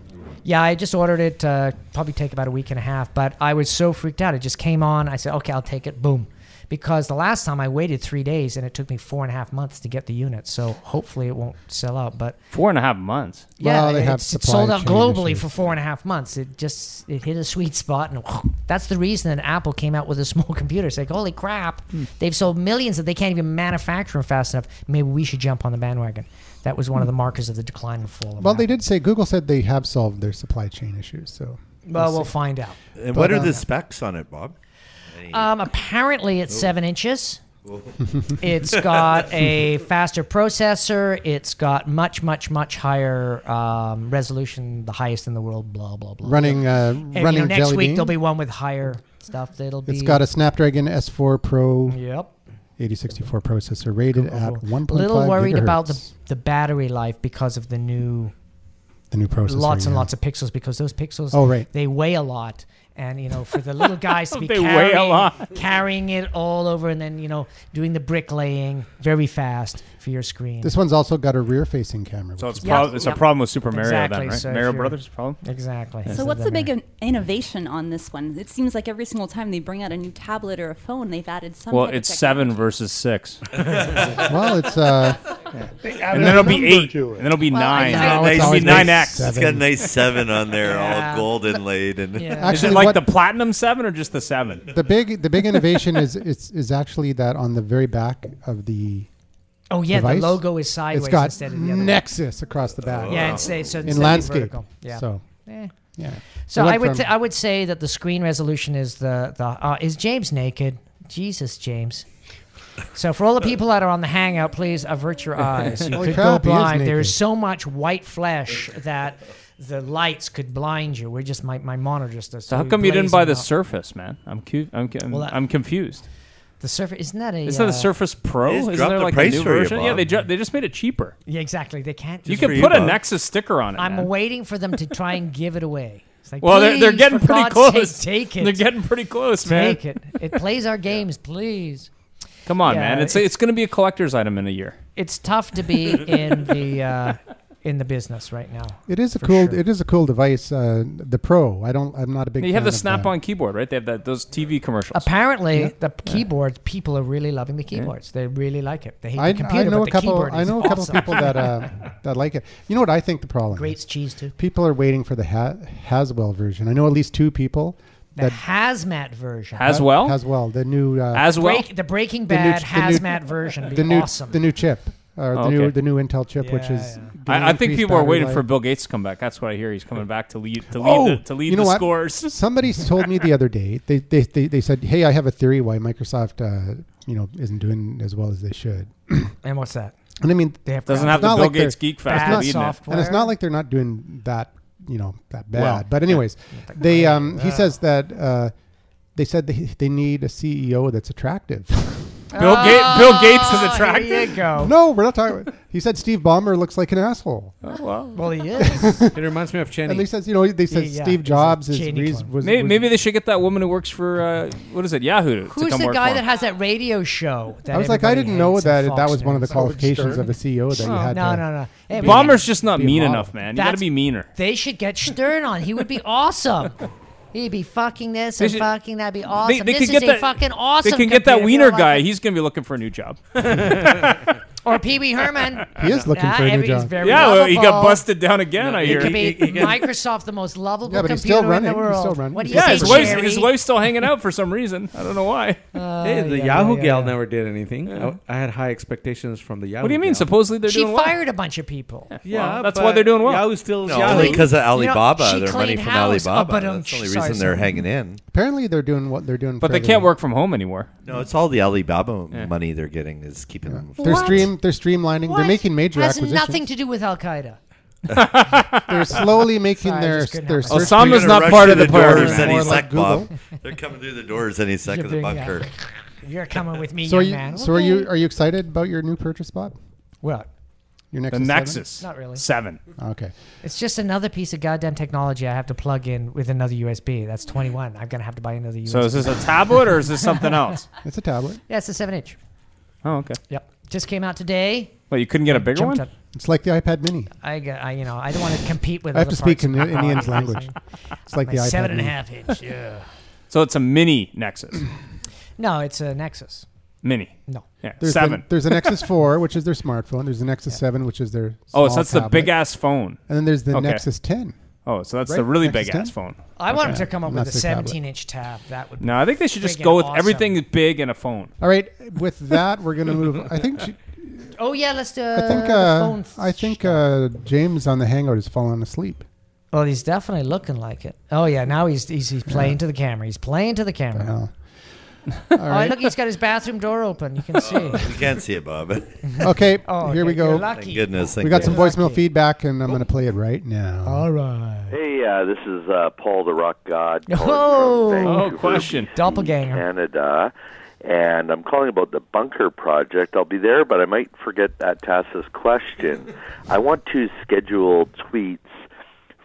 Speaker 2: Yeah, I just ordered it. Uh, probably take about a week and a half, but I was so freaked out. It just came on. I said, "Okay, I'll take it." Boom, because the last time I waited three days and it took me four and a half months to get the unit. So hopefully it won't sell out. But
Speaker 8: Four and a half months.
Speaker 2: yeah,
Speaker 1: Well, they have
Speaker 2: it's, it's
Speaker 1: supply
Speaker 2: sold out
Speaker 1: chain
Speaker 2: globally
Speaker 1: issues.
Speaker 2: for four and a half months. It just it hit a sweet spot, and that's the reason that Apple came out with a small computer. It's like, holy crap,
Speaker 1: Hmm.
Speaker 2: they've sold millions that they can't even manufacture them fast enough. Maybe we should jump on the bandwagon. That was one of the markers of the decline and fall. Of
Speaker 1: Well,
Speaker 2: Apple.
Speaker 1: they did say Google said they have solved their supply chain issues. So
Speaker 2: Well, we'll find out.
Speaker 4: And what are
Speaker 1: But, uh,
Speaker 4: the specs on it, Bob?
Speaker 8: Uh,
Speaker 2: Um, apparently, it's seven inches. it's got a faster processor. It's got much, much, much higher um, resolution, the highest in the world. Blah blah blah.
Speaker 1: running, uh,
Speaker 2: And, you know,
Speaker 1: running
Speaker 2: next
Speaker 1: Jelly
Speaker 2: week
Speaker 1: Bean.
Speaker 2: there'll be one with higher stuff. That'll be.
Speaker 1: it's got a Snapdragon S4 Pro
Speaker 2: Yep.
Speaker 1: 8064 processor rated at 1.5
Speaker 2: Little worried about the,
Speaker 1: gigahertz.
Speaker 2: the battery life because of the new
Speaker 1: the new processor.
Speaker 2: lots and
Speaker 1: yeah.
Speaker 2: lots of pixels because those pixels
Speaker 1: Oh, right.
Speaker 2: they weigh a lot and you know for the little guys to be
Speaker 8: They weigh a
Speaker 2: carrying,
Speaker 8: lot.
Speaker 2: carrying it all over and then you know doing the bricklaying very fast for your screen
Speaker 1: This one's also got a rear-facing camera.
Speaker 8: So
Speaker 1: which
Speaker 8: it's,
Speaker 2: Yeah.
Speaker 8: prob- it's
Speaker 2: Yeah.
Speaker 8: a problem with Super Mario
Speaker 2: Exactly,
Speaker 8: then, right?
Speaker 2: so if
Speaker 8: Mario
Speaker 2: you're-
Speaker 8: Brothers problem?
Speaker 2: exactly
Speaker 9: So what's the big in- innovation on this one? It seems like every single time they bring out a new tablet or a phone, they've added some.
Speaker 8: Well,
Speaker 9: type of
Speaker 8: it's
Speaker 9: technology.
Speaker 8: seven versus six.
Speaker 1: is- well, it's uh,
Speaker 8: and then it'll be
Speaker 3: number
Speaker 8: eight.
Speaker 3: to it.
Speaker 8: And then it'll be nine.
Speaker 9: I- No,
Speaker 1: it's
Speaker 8: It'll be
Speaker 1: always
Speaker 8: nine
Speaker 1: been
Speaker 8: X.
Speaker 1: seven.
Speaker 4: It's got a nice seven on there,
Speaker 2: Yeah.
Speaker 4: all gold inlaid, and
Speaker 2: yeah.
Speaker 8: Is
Speaker 1: actually
Speaker 8: it like
Speaker 1: what-
Speaker 8: the platinum seven or just the seven?
Speaker 1: the big the big innovation is it's is actually that on the very back of the
Speaker 2: oh yeah
Speaker 1: device,
Speaker 2: the logo is sideways
Speaker 1: it's got
Speaker 2: instead of the other
Speaker 1: Nexus across the back.
Speaker 2: way. yeah instead, so instead
Speaker 1: in
Speaker 2: of
Speaker 1: landscape.
Speaker 2: vertical. yeah
Speaker 1: So
Speaker 2: Eh.
Speaker 1: yeah. um,
Speaker 2: So
Speaker 1: They went
Speaker 2: I would
Speaker 1: from-
Speaker 2: th- I would say that the screen resolution is the the uh, is James naked? Jesus, James. So for all the people that are on the Hangout, please avert your eyes. You
Speaker 1: Holy
Speaker 2: could
Speaker 1: crap, he
Speaker 2: go
Speaker 1: is
Speaker 2: blind. There
Speaker 1: naked.
Speaker 2: is so much white flesh that the lights could blind you. We're just my my monitor's just.
Speaker 8: So how come you didn't buy the Surface, man? I'm cu- I'm, cu- I'm,
Speaker 2: Well, that-
Speaker 8: I'm confused.
Speaker 2: The Surface isn't that a?
Speaker 8: Isn't that
Speaker 2: uh,
Speaker 8: the Surface Pro?
Speaker 4: They just
Speaker 8: Isn't
Speaker 4: dropped
Speaker 8: there
Speaker 4: the
Speaker 8: like
Speaker 4: price
Speaker 8: a new
Speaker 4: for you,
Speaker 8: version? yeah,
Speaker 4: Bob.
Speaker 8: they ju- they just made it cheaper.
Speaker 2: Yeah, exactly. They can't.
Speaker 8: you
Speaker 4: Just for
Speaker 8: can
Speaker 4: you,
Speaker 8: put a
Speaker 4: Bob.
Speaker 8: Nexus sticker on it.
Speaker 2: I'm
Speaker 8: man.
Speaker 2: waiting for them to try and give it away. It's like,
Speaker 8: Well, they're, they're
Speaker 2: "Please,
Speaker 8: getting
Speaker 2: for
Speaker 8: pretty
Speaker 2: God's
Speaker 8: close.
Speaker 2: Sake, take it.
Speaker 8: They're getting pretty close, man.
Speaker 2: take it. It plays our games, please.
Speaker 8: Come on,
Speaker 2: Yeah,
Speaker 8: man. It's it's,
Speaker 2: it's-
Speaker 8: going to be a collector's item in a year.
Speaker 2: it's tough to be in the uh, in the business right now.
Speaker 1: It is a
Speaker 2: For
Speaker 1: cool.
Speaker 2: sure.
Speaker 1: It is a cool device. Uh, the Pro. I don't. I'm not a big.
Speaker 8: You have the
Speaker 1: fan of
Speaker 8: Snap-on keyboard, right? They have that those TV commercials.
Speaker 2: Apparently, the keyboards people are really loving the keyboards. They really like it. They hate
Speaker 1: I,
Speaker 2: the computer,
Speaker 1: I know
Speaker 2: but
Speaker 1: a
Speaker 2: the
Speaker 1: couple.
Speaker 2: keyboard
Speaker 1: I
Speaker 2: is
Speaker 1: know a couple
Speaker 2: awesome.
Speaker 1: people that uh, that like it. You know what I think the problem?
Speaker 2: Grates
Speaker 1: Great.
Speaker 2: cheese too.
Speaker 1: People are waiting for the ha- Haswell version. I know at least two people
Speaker 2: The
Speaker 1: that
Speaker 2: hazmat version.
Speaker 8: As well,
Speaker 1: Haswell, the new uh,
Speaker 8: as well.
Speaker 2: Break, the Breaking
Speaker 1: The new
Speaker 2: Bad
Speaker 1: ch- the new-
Speaker 2: hazmat version. Be
Speaker 1: the new
Speaker 2: awesome.
Speaker 1: the new chip, or the
Speaker 8: Oh,
Speaker 1: new
Speaker 8: okay.
Speaker 1: the new Intel chip, which
Speaker 2: Yeah,
Speaker 1: is.
Speaker 2: yeah.
Speaker 1: gonna
Speaker 8: I, I think
Speaker 1: increase
Speaker 8: people are
Speaker 1: battery
Speaker 8: waiting for
Speaker 1: life.
Speaker 8: Bill Gates to come back. That's what I hear. He's coming back to lead to lead
Speaker 1: Oh,
Speaker 8: the, to lead
Speaker 1: you know
Speaker 8: the
Speaker 1: what?
Speaker 8: scores.
Speaker 1: Somebody told me the other day. They, they they they said, "Hey, I have a theory why Microsoft, uh, you know, isn't doing as well as they should."
Speaker 2: and what's that?
Speaker 1: And I mean,
Speaker 2: They have
Speaker 8: Doesn't
Speaker 2: crap
Speaker 8: have the
Speaker 1: not
Speaker 8: Bill
Speaker 1: like they're
Speaker 8: Gates geek fast
Speaker 2: bad
Speaker 8: leading it.
Speaker 2: software.
Speaker 1: And it's not like they're not doing that, you know, that bad.
Speaker 8: Well,
Speaker 1: but anyways, they um, he says that uh, they said they, they need a CEO that's attractive.
Speaker 8: Bill, Ga- Bill Gates is
Speaker 2: Ah, Here
Speaker 8: attractive.
Speaker 2: you go.
Speaker 1: no, we're not talking. He said Steve Ballmer looks like an asshole,
Speaker 8: Oh, well.
Speaker 2: Well, he is.
Speaker 7: It reminds me of
Speaker 1: and they
Speaker 7: Cheney.
Speaker 1: says you know they said
Speaker 2: Yeah, yeah,
Speaker 1: Steve
Speaker 2: he's a
Speaker 1: Jobs is
Speaker 2: Cheney
Speaker 1: reas-
Speaker 2: clone.
Speaker 1: was,
Speaker 8: Maybe,
Speaker 1: was-
Speaker 8: maybe they should get that woman who works for uh, what is it Yahoo to
Speaker 2: Who's
Speaker 8: come
Speaker 2: the
Speaker 8: work
Speaker 2: guy
Speaker 8: for
Speaker 2: that
Speaker 8: 'em.
Speaker 2: has that radio show? That
Speaker 1: I was like, I
Speaker 2: everybody
Speaker 1: didn't know
Speaker 2: hates on
Speaker 1: that that
Speaker 2: Fox
Speaker 1: was one of the
Speaker 2: News?
Speaker 1: qualifications of a CEO that you
Speaker 8: Oh.
Speaker 1: had.
Speaker 2: No,
Speaker 1: to-
Speaker 2: no, no. Hey, we-
Speaker 8: Bomber's just not
Speaker 1: Be a
Speaker 8: mean
Speaker 1: model.
Speaker 8: enough, man. You got to
Speaker 2: That's-
Speaker 8: be meaner.
Speaker 2: They should get Stern on. He would be awesome. He'd be fucking this
Speaker 8: They
Speaker 2: and
Speaker 8: should-
Speaker 2: fucking that'd be awesome.
Speaker 8: they
Speaker 2: this
Speaker 8: could
Speaker 2: is
Speaker 8: get
Speaker 2: a
Speaker 8: that-
Speaker 2: fucking awesome.
Speaker 8: They can get that
Speaker 2: computer.
Speaker 8: wiener
Speaker 2: You'll like
Speaker 8: guy.
Speaker 2: it.
Speaker 8: He's going to be looking for a new job.
Speaker 2: or Pee Wee Herman.
Speaker 1: He is looking
Speaker 2: Yeah,
Speaker 1: for a new
Speaker 2: every- he's
Speaker 1: job.
Speaker 2: very
Speaker 8: Yeah, well, he got
Speaker 2: lovable.
Speaker 8: busted down again. I
Speaker 2: He
Speaker 8: hear.
Speaker 2: could
Speaker 8: Yeah,
Speaker 2: be
Speaker 4: He- he- he-
Speaker 2: Microsoft, the most lovable
Speaker 1: Yeah, but he's
Speaker 2: computer
Speaker 1: still
Speaker 2: in
Speaker 1: running.
Speaker 2: the
Speaker 1: He's
Speaker 2: world.
Speaker 1: still running.
Speaker 2: What do you
Speaker 1: Yeah,
Speaker 2: think,
Speaker 8: his wife's,
Speaker 2: Jerry?
Speaker 8: his wife's still hanging out for some reason. I don't know why.
Speaker 2: Uh,
Speaker 7: Hey, the
Speaker 2: yeah,
Speaker 7: Yahoo
Speaker 2: yeah,
Speaker 7: gal
Speaker 2: yeah.
Speaker 7: never did anything. I, I had high expectations from the Yahoo.
Speaker 8: What do you mean?
Speaker 7: gal.
Speaker 8: Supposedly they're
Speaker 2: She
Speaker 8: doing well.
Speaker 2: fired a bunch of people.
Speaker 7: Yeah,
Speaker 8: Well, that's
Speaker 7: but
Speaker 8: why they're doing well.
Speaker 7: Yahoo still
Speaker 4: No,
Speaker 7: Yahoo.
Speaker 4: because of
Speaker 2: know,
Speaker 4: Alibaba,
Speaker 2: she
Speaker 4: their money
Speaker 2: cleaned
Speaker 4: from
Speaker 2: house, uh,
Speaker 4: Alibaba.
Speaker 2: but, um,
Speaker 4: That's the only
Speaker 2: sorry,
Speaker 4: reason they're
Speaker 2: sorry.
Speaker 4: hanging in.
Speaker 1: Apparently, they're doing what they're doing.
Speaker 8: But they
Speaker 1: fairly
Speaker 8: can't
Speaker 1: well.
Speaker 8: work from home anymore.
Speaker 4: No, it's all the Alibaba money they're getting is keeping them.
Speaker 1: They're
Speaker 9: What?
Speaker 1: stream. They're streamlining. They're
Speaker 9: What?
Speaker 1: making major
Speaker 2: Has
Speaker 1: acquisitions.
Speaker 2: nothing to do with Al Qaeda.
Speaker 1: They're slowly making
Speaker 2: Sorry, I
Speaker 1: their
Speaker 2: just couldn't
Speaker 1: their
Speaker 2: help
Speaker 1: search
Speaker 8: Osama- Obama's
Speaker 4: They're gonna
Speaker 8: not
Speaker 4: rush
Speaker 8: part
Speaker 4: through
Speaker 8: of the party,
Speaker 4: doors
Speaker 8: man.
Speaker 4: any
Speaker 1: More like
Speaker 4: sec, Bob.
Speaker 1: Google.
Speaker 4: They're coming through the doors any sec of the
Speaker 2: being
Speaker 4: bunker.
Speaker 2: accurate. You're coming with me,
Speaker 1: So are
Speaker 2: young
Speaker 1: you,
Speaker 2: man.
Speaker 1: so are
Speaker 2: Okay.
Speaker 1: you are you excited about your new purchase, Bob?
Speaker 2: What?
Speaker 1: Your
Speaker 8: The
Speaker 1: Nexus. 7?
Speaker 8: Nexus.
Speaker 2: Not really.
Speaker 8: Seven.
Speaker 1: Okay.
Speaker 2: It's just another piece of goddamn technology I have to plug in with another USB. That's 21. I'm going to have to buy another USB.
Speaker 8: So is this a tablet or is this something else?
Speaker 1: It's a tablet.
Speaker 2: yeah, it's a 7 inch.
Speaker 8: Oh, okay.
Speaker 2: Yep. Just came out today.
Speaker 8: Well, you couldn't get a bigger
Speaker 2: Jumped
Speaker 8: one.
Speaker 2: up.
Speaker 1: It's like the iPad Mini.
Speaker 2: I, got- I, you know, I don't want to compete with
Speaker 1: I have
Speaker 2: other
Speaker 1: to speak
Speaker 2: parts of
Speaker 1: in the- Indian's
Speaker 2: technology.
Speaker 1: language. It's like
Speaker 2: My
Speaker 1: the iPad
Speaker 2: seven and a
Speaker 1: Mini.
Speaker 2: half inch. Yeah.
Speaker 8: So it's a mini Nexus.
Speaker 2: No, it's a Nexus.
Speaker 8: Mini.
Speaker 2: No.
Speaker 8: Yeah.
Speaker 1: There's
Speaker 8: Seven.
Speaker 1: The, there's an Nexus 4, which is their smartphone. There's the Nexus 7, which is their
Speaker 8: oh,
Speaker 1: small
Speaker 8: so that's the
Speaker 1: tablet.
Speaker 8: big ass phone.
Speaker 1: And then there's the
Speaker 8: Okay.
Speaker 1: Nexus 10.
Speaker 8: Oh, so that's
Speaker 1: Right?
Speaker 8: the really
Speaker 1: Nexus
Speaker 8: big ass
Speaker 1: 10?
Speaker 8: phone.
Speaker 2: I want them to come up with a
Speaker 1: That's their tablet.
Speaker 2: 17 inch tab. That would. Be
Speaker 8: No, I think they should just
Speaker 2: friggin'
Speaker 8: go with
Speaker 2: awesome.
Speaker 8: everything big and a phone.
Speaker 1: All right, with that we're gonna move. I think j-
Speaker 2: Oh yeah, let's do.
Speaker 1: I think
Speaker 2: the
Speaker 1: uh,
Speaker 2: phone
Speaker 1: I think uh, James on the Hangout has fallen asleep.
Speaker 2: Well, Oh, he's definitely looking like it. Oh yeah, now he's he's, he's playing to the camera. He's playing to the camera.
Speaker 1: Wow.
Speaker 2: oh, look, he's got his bathroom door open. You can see.
Speaker 4: You can't see it, Bob.
Speaker 1: Okay,
Speaker 2: Oh,
Speaker 1: here we
Speaker 2: okay, you're
Speaker 1: go.
Speaker 2: lucky.
Speaker 4: Thank goodness. Thank
Speaker 1: We got some
Speaker 4: goodness.
Speaker 1: voicemail feedback, and I'm gonna play it right now.
Speaker 2: All right.
Speaker 10: Hey, uh, this is uh, Paul the Rock God. calling
Speaker 2: Oh.
Speaker 10: from
Speaker 8: Oh,
Speaker 10: Vancouver,
Speaker 8: question.
Speaker 2: Doppelganger.
Speaker 10: Canada. And I'm calling about the bunker project. I'll be there, but I might forget that Tassa's question. I want to schedule tweets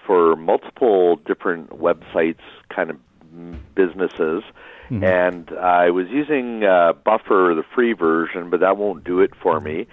Speaker 10: for multiple different websites, kind of mm, businesses. And I was using uh, Buffer, the free version, but that won't do it for me.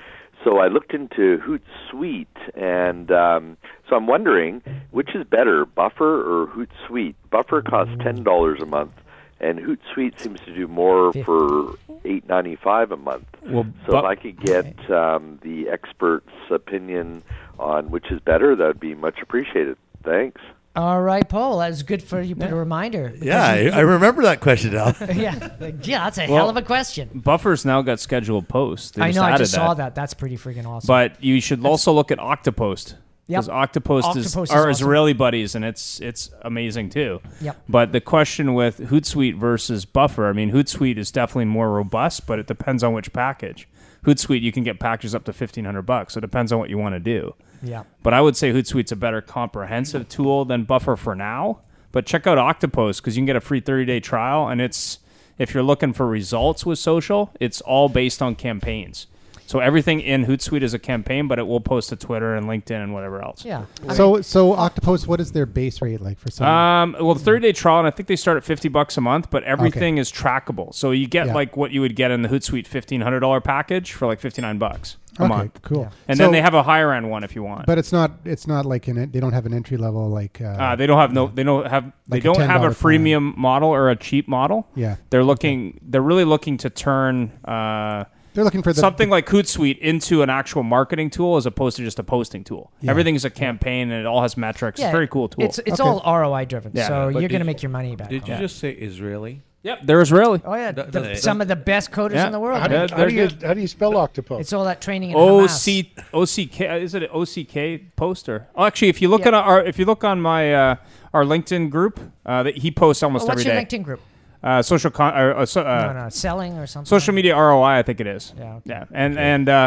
Speaker 10: So I looked into Hootsuite, and um, so I'm wondering which is better, Buffer or Hootsuite. Buffer costs ten dollars a month, and Hootsuite seems to do more for eight ninety five a month.
Speaker 8: Well,
Speaker 10: so if
Speaker 8: Bu-
Speaker 10: I could get um, the expert's opinion on which is better, that would be much appreciated. Thanks.
Speaker 2: All right, Paul. That was good for you. Put a reminder.
Speaker 4: Yeah, I, I remember that question now.
Speaker 2: yeah. Like, yeah, that's a
Speaker 8: Well,
Speaker 2: hell of a question.
Speaker 8: Buffer's now got scheduled posts. They
Speaker 2: I know. I
Speaker 8: added
Speaker 2: just saw that. That's pretty freaking awesome.
Speaker 8: But you should also look at Octopost.
Speaker 2: Yep.
Speaker 8: Because Octopost, is,
Speaker 2: Octopost is
Speaker 8: our
Speaker 2: awesome.
Speaker 8: Israeli buddies, and it's it's amazing too.
Speaker 2: Yep.
Speaker 8: But the question with Hootsuite versus Buffer, I mean, Hootsuite is definitely more robust, but it depends on which package. Hootsuite, you can get packages up to fifteen hundred bucks. So it depends on what you want to do.
Speaker 2: yeah.
Speaker 8: But I would say Hootsuite's a better comprehensive tool than Buffer for now. But check out Octopus because you can get a free 30 day trial. And it's, if you're looking for results with social, it's all based on campaigns. So everything in Hootsuite is a campaign, but it will post to Twitter and LinkedIn and whatever else.
Speaker 2: Yeah.
Speaker 1: So so Octopus, what is their base rate like for some?
Speaker 2: Uh,
Speaker 8: Um, well, the 30 day trial, and I think they start at 50 bucks a month, but everything is trackable. So you get
Speaker 1: Yeah.
Speaker 8: like what you would get in the Hootsuite $1,500 package for like 59 bucks a
Speaker 1: okay,
Speaker 8: month.
Speaker 1: cool.
Speaker 8: And
Speaker 1: So-
Speaker 8: then they have a higher end one if you want.
Speaker 1: but it's not it's not like an en- they don't have an entry level like. Uh,
Speaker 8: Uh, they don't have no. They don't have.
Speaker 1: Like a
Speaker 8: they don't have a
Speaker 1: $10 plan.
Speaker 8: freemium model or a cheap model.
Speaker 1: Yeah.
Speaker 8: they're looking. They're really looking to turn uh,
Speaker 1: they're looking for the,
Speaker 8: something like Hootsuite into an actual marketing tool as opposed to just a posting tool. Everything's a campaign and it all has metrics.
Speaker 2: Yeah,
Speaker 8: It's a very cool tool.
Speaker 2: It's it's
Speaker 1: Okay.
Speaker 2: all ROI driven.
Speaker 8: Yeah.
Speaker 2: so
Speaker 8: But
Speaker 2: you're going
Speaker 7: did
Speaker 2: to
Speaker 7: you-
Speaker 2: make your money back.
Speaker 7: Did
Speaker 2: on
Speaker 7: you
Speaker 2: it.
Speaker 7: just say Israeli?
Speaker 8: yep, they're Israeli.
Speaker 2: Oh yeah, the-
Speaker 7: does it-
Speaker 2: some of the best coders
Speaker 8: Yeah.
Speaker 2: in the world.
Speaker 8: How do you-
Speaker 3: How do you
Speaker 8: Very
Speaker 3: how do you spell octopus?
Speaker 2: It's all that training in
Speaker 8: Oh,
Speaker 2: Hamas.
Speaker 8: OC OCK is it an OCK poster? Oh, actually, if you look
Speaker 2: Yeah.
Speaker 8: at our if you look on my uh, our LinkedIn group, uh, that he posts almost
Speaker 2: Oh, what's
Speaker 8: every
Speaker 2: your
Speaker 8: day.
Speaker 2: LinkedIn group?
Speaker 8: Uh, social con- or, uh, so, uh,
Speaker 2: no, no, selling or something.
Speaker 8: social media ROI, I think it is.
Speaker 2: Yeah, okay.
Speaker 8: yeah, and and uh,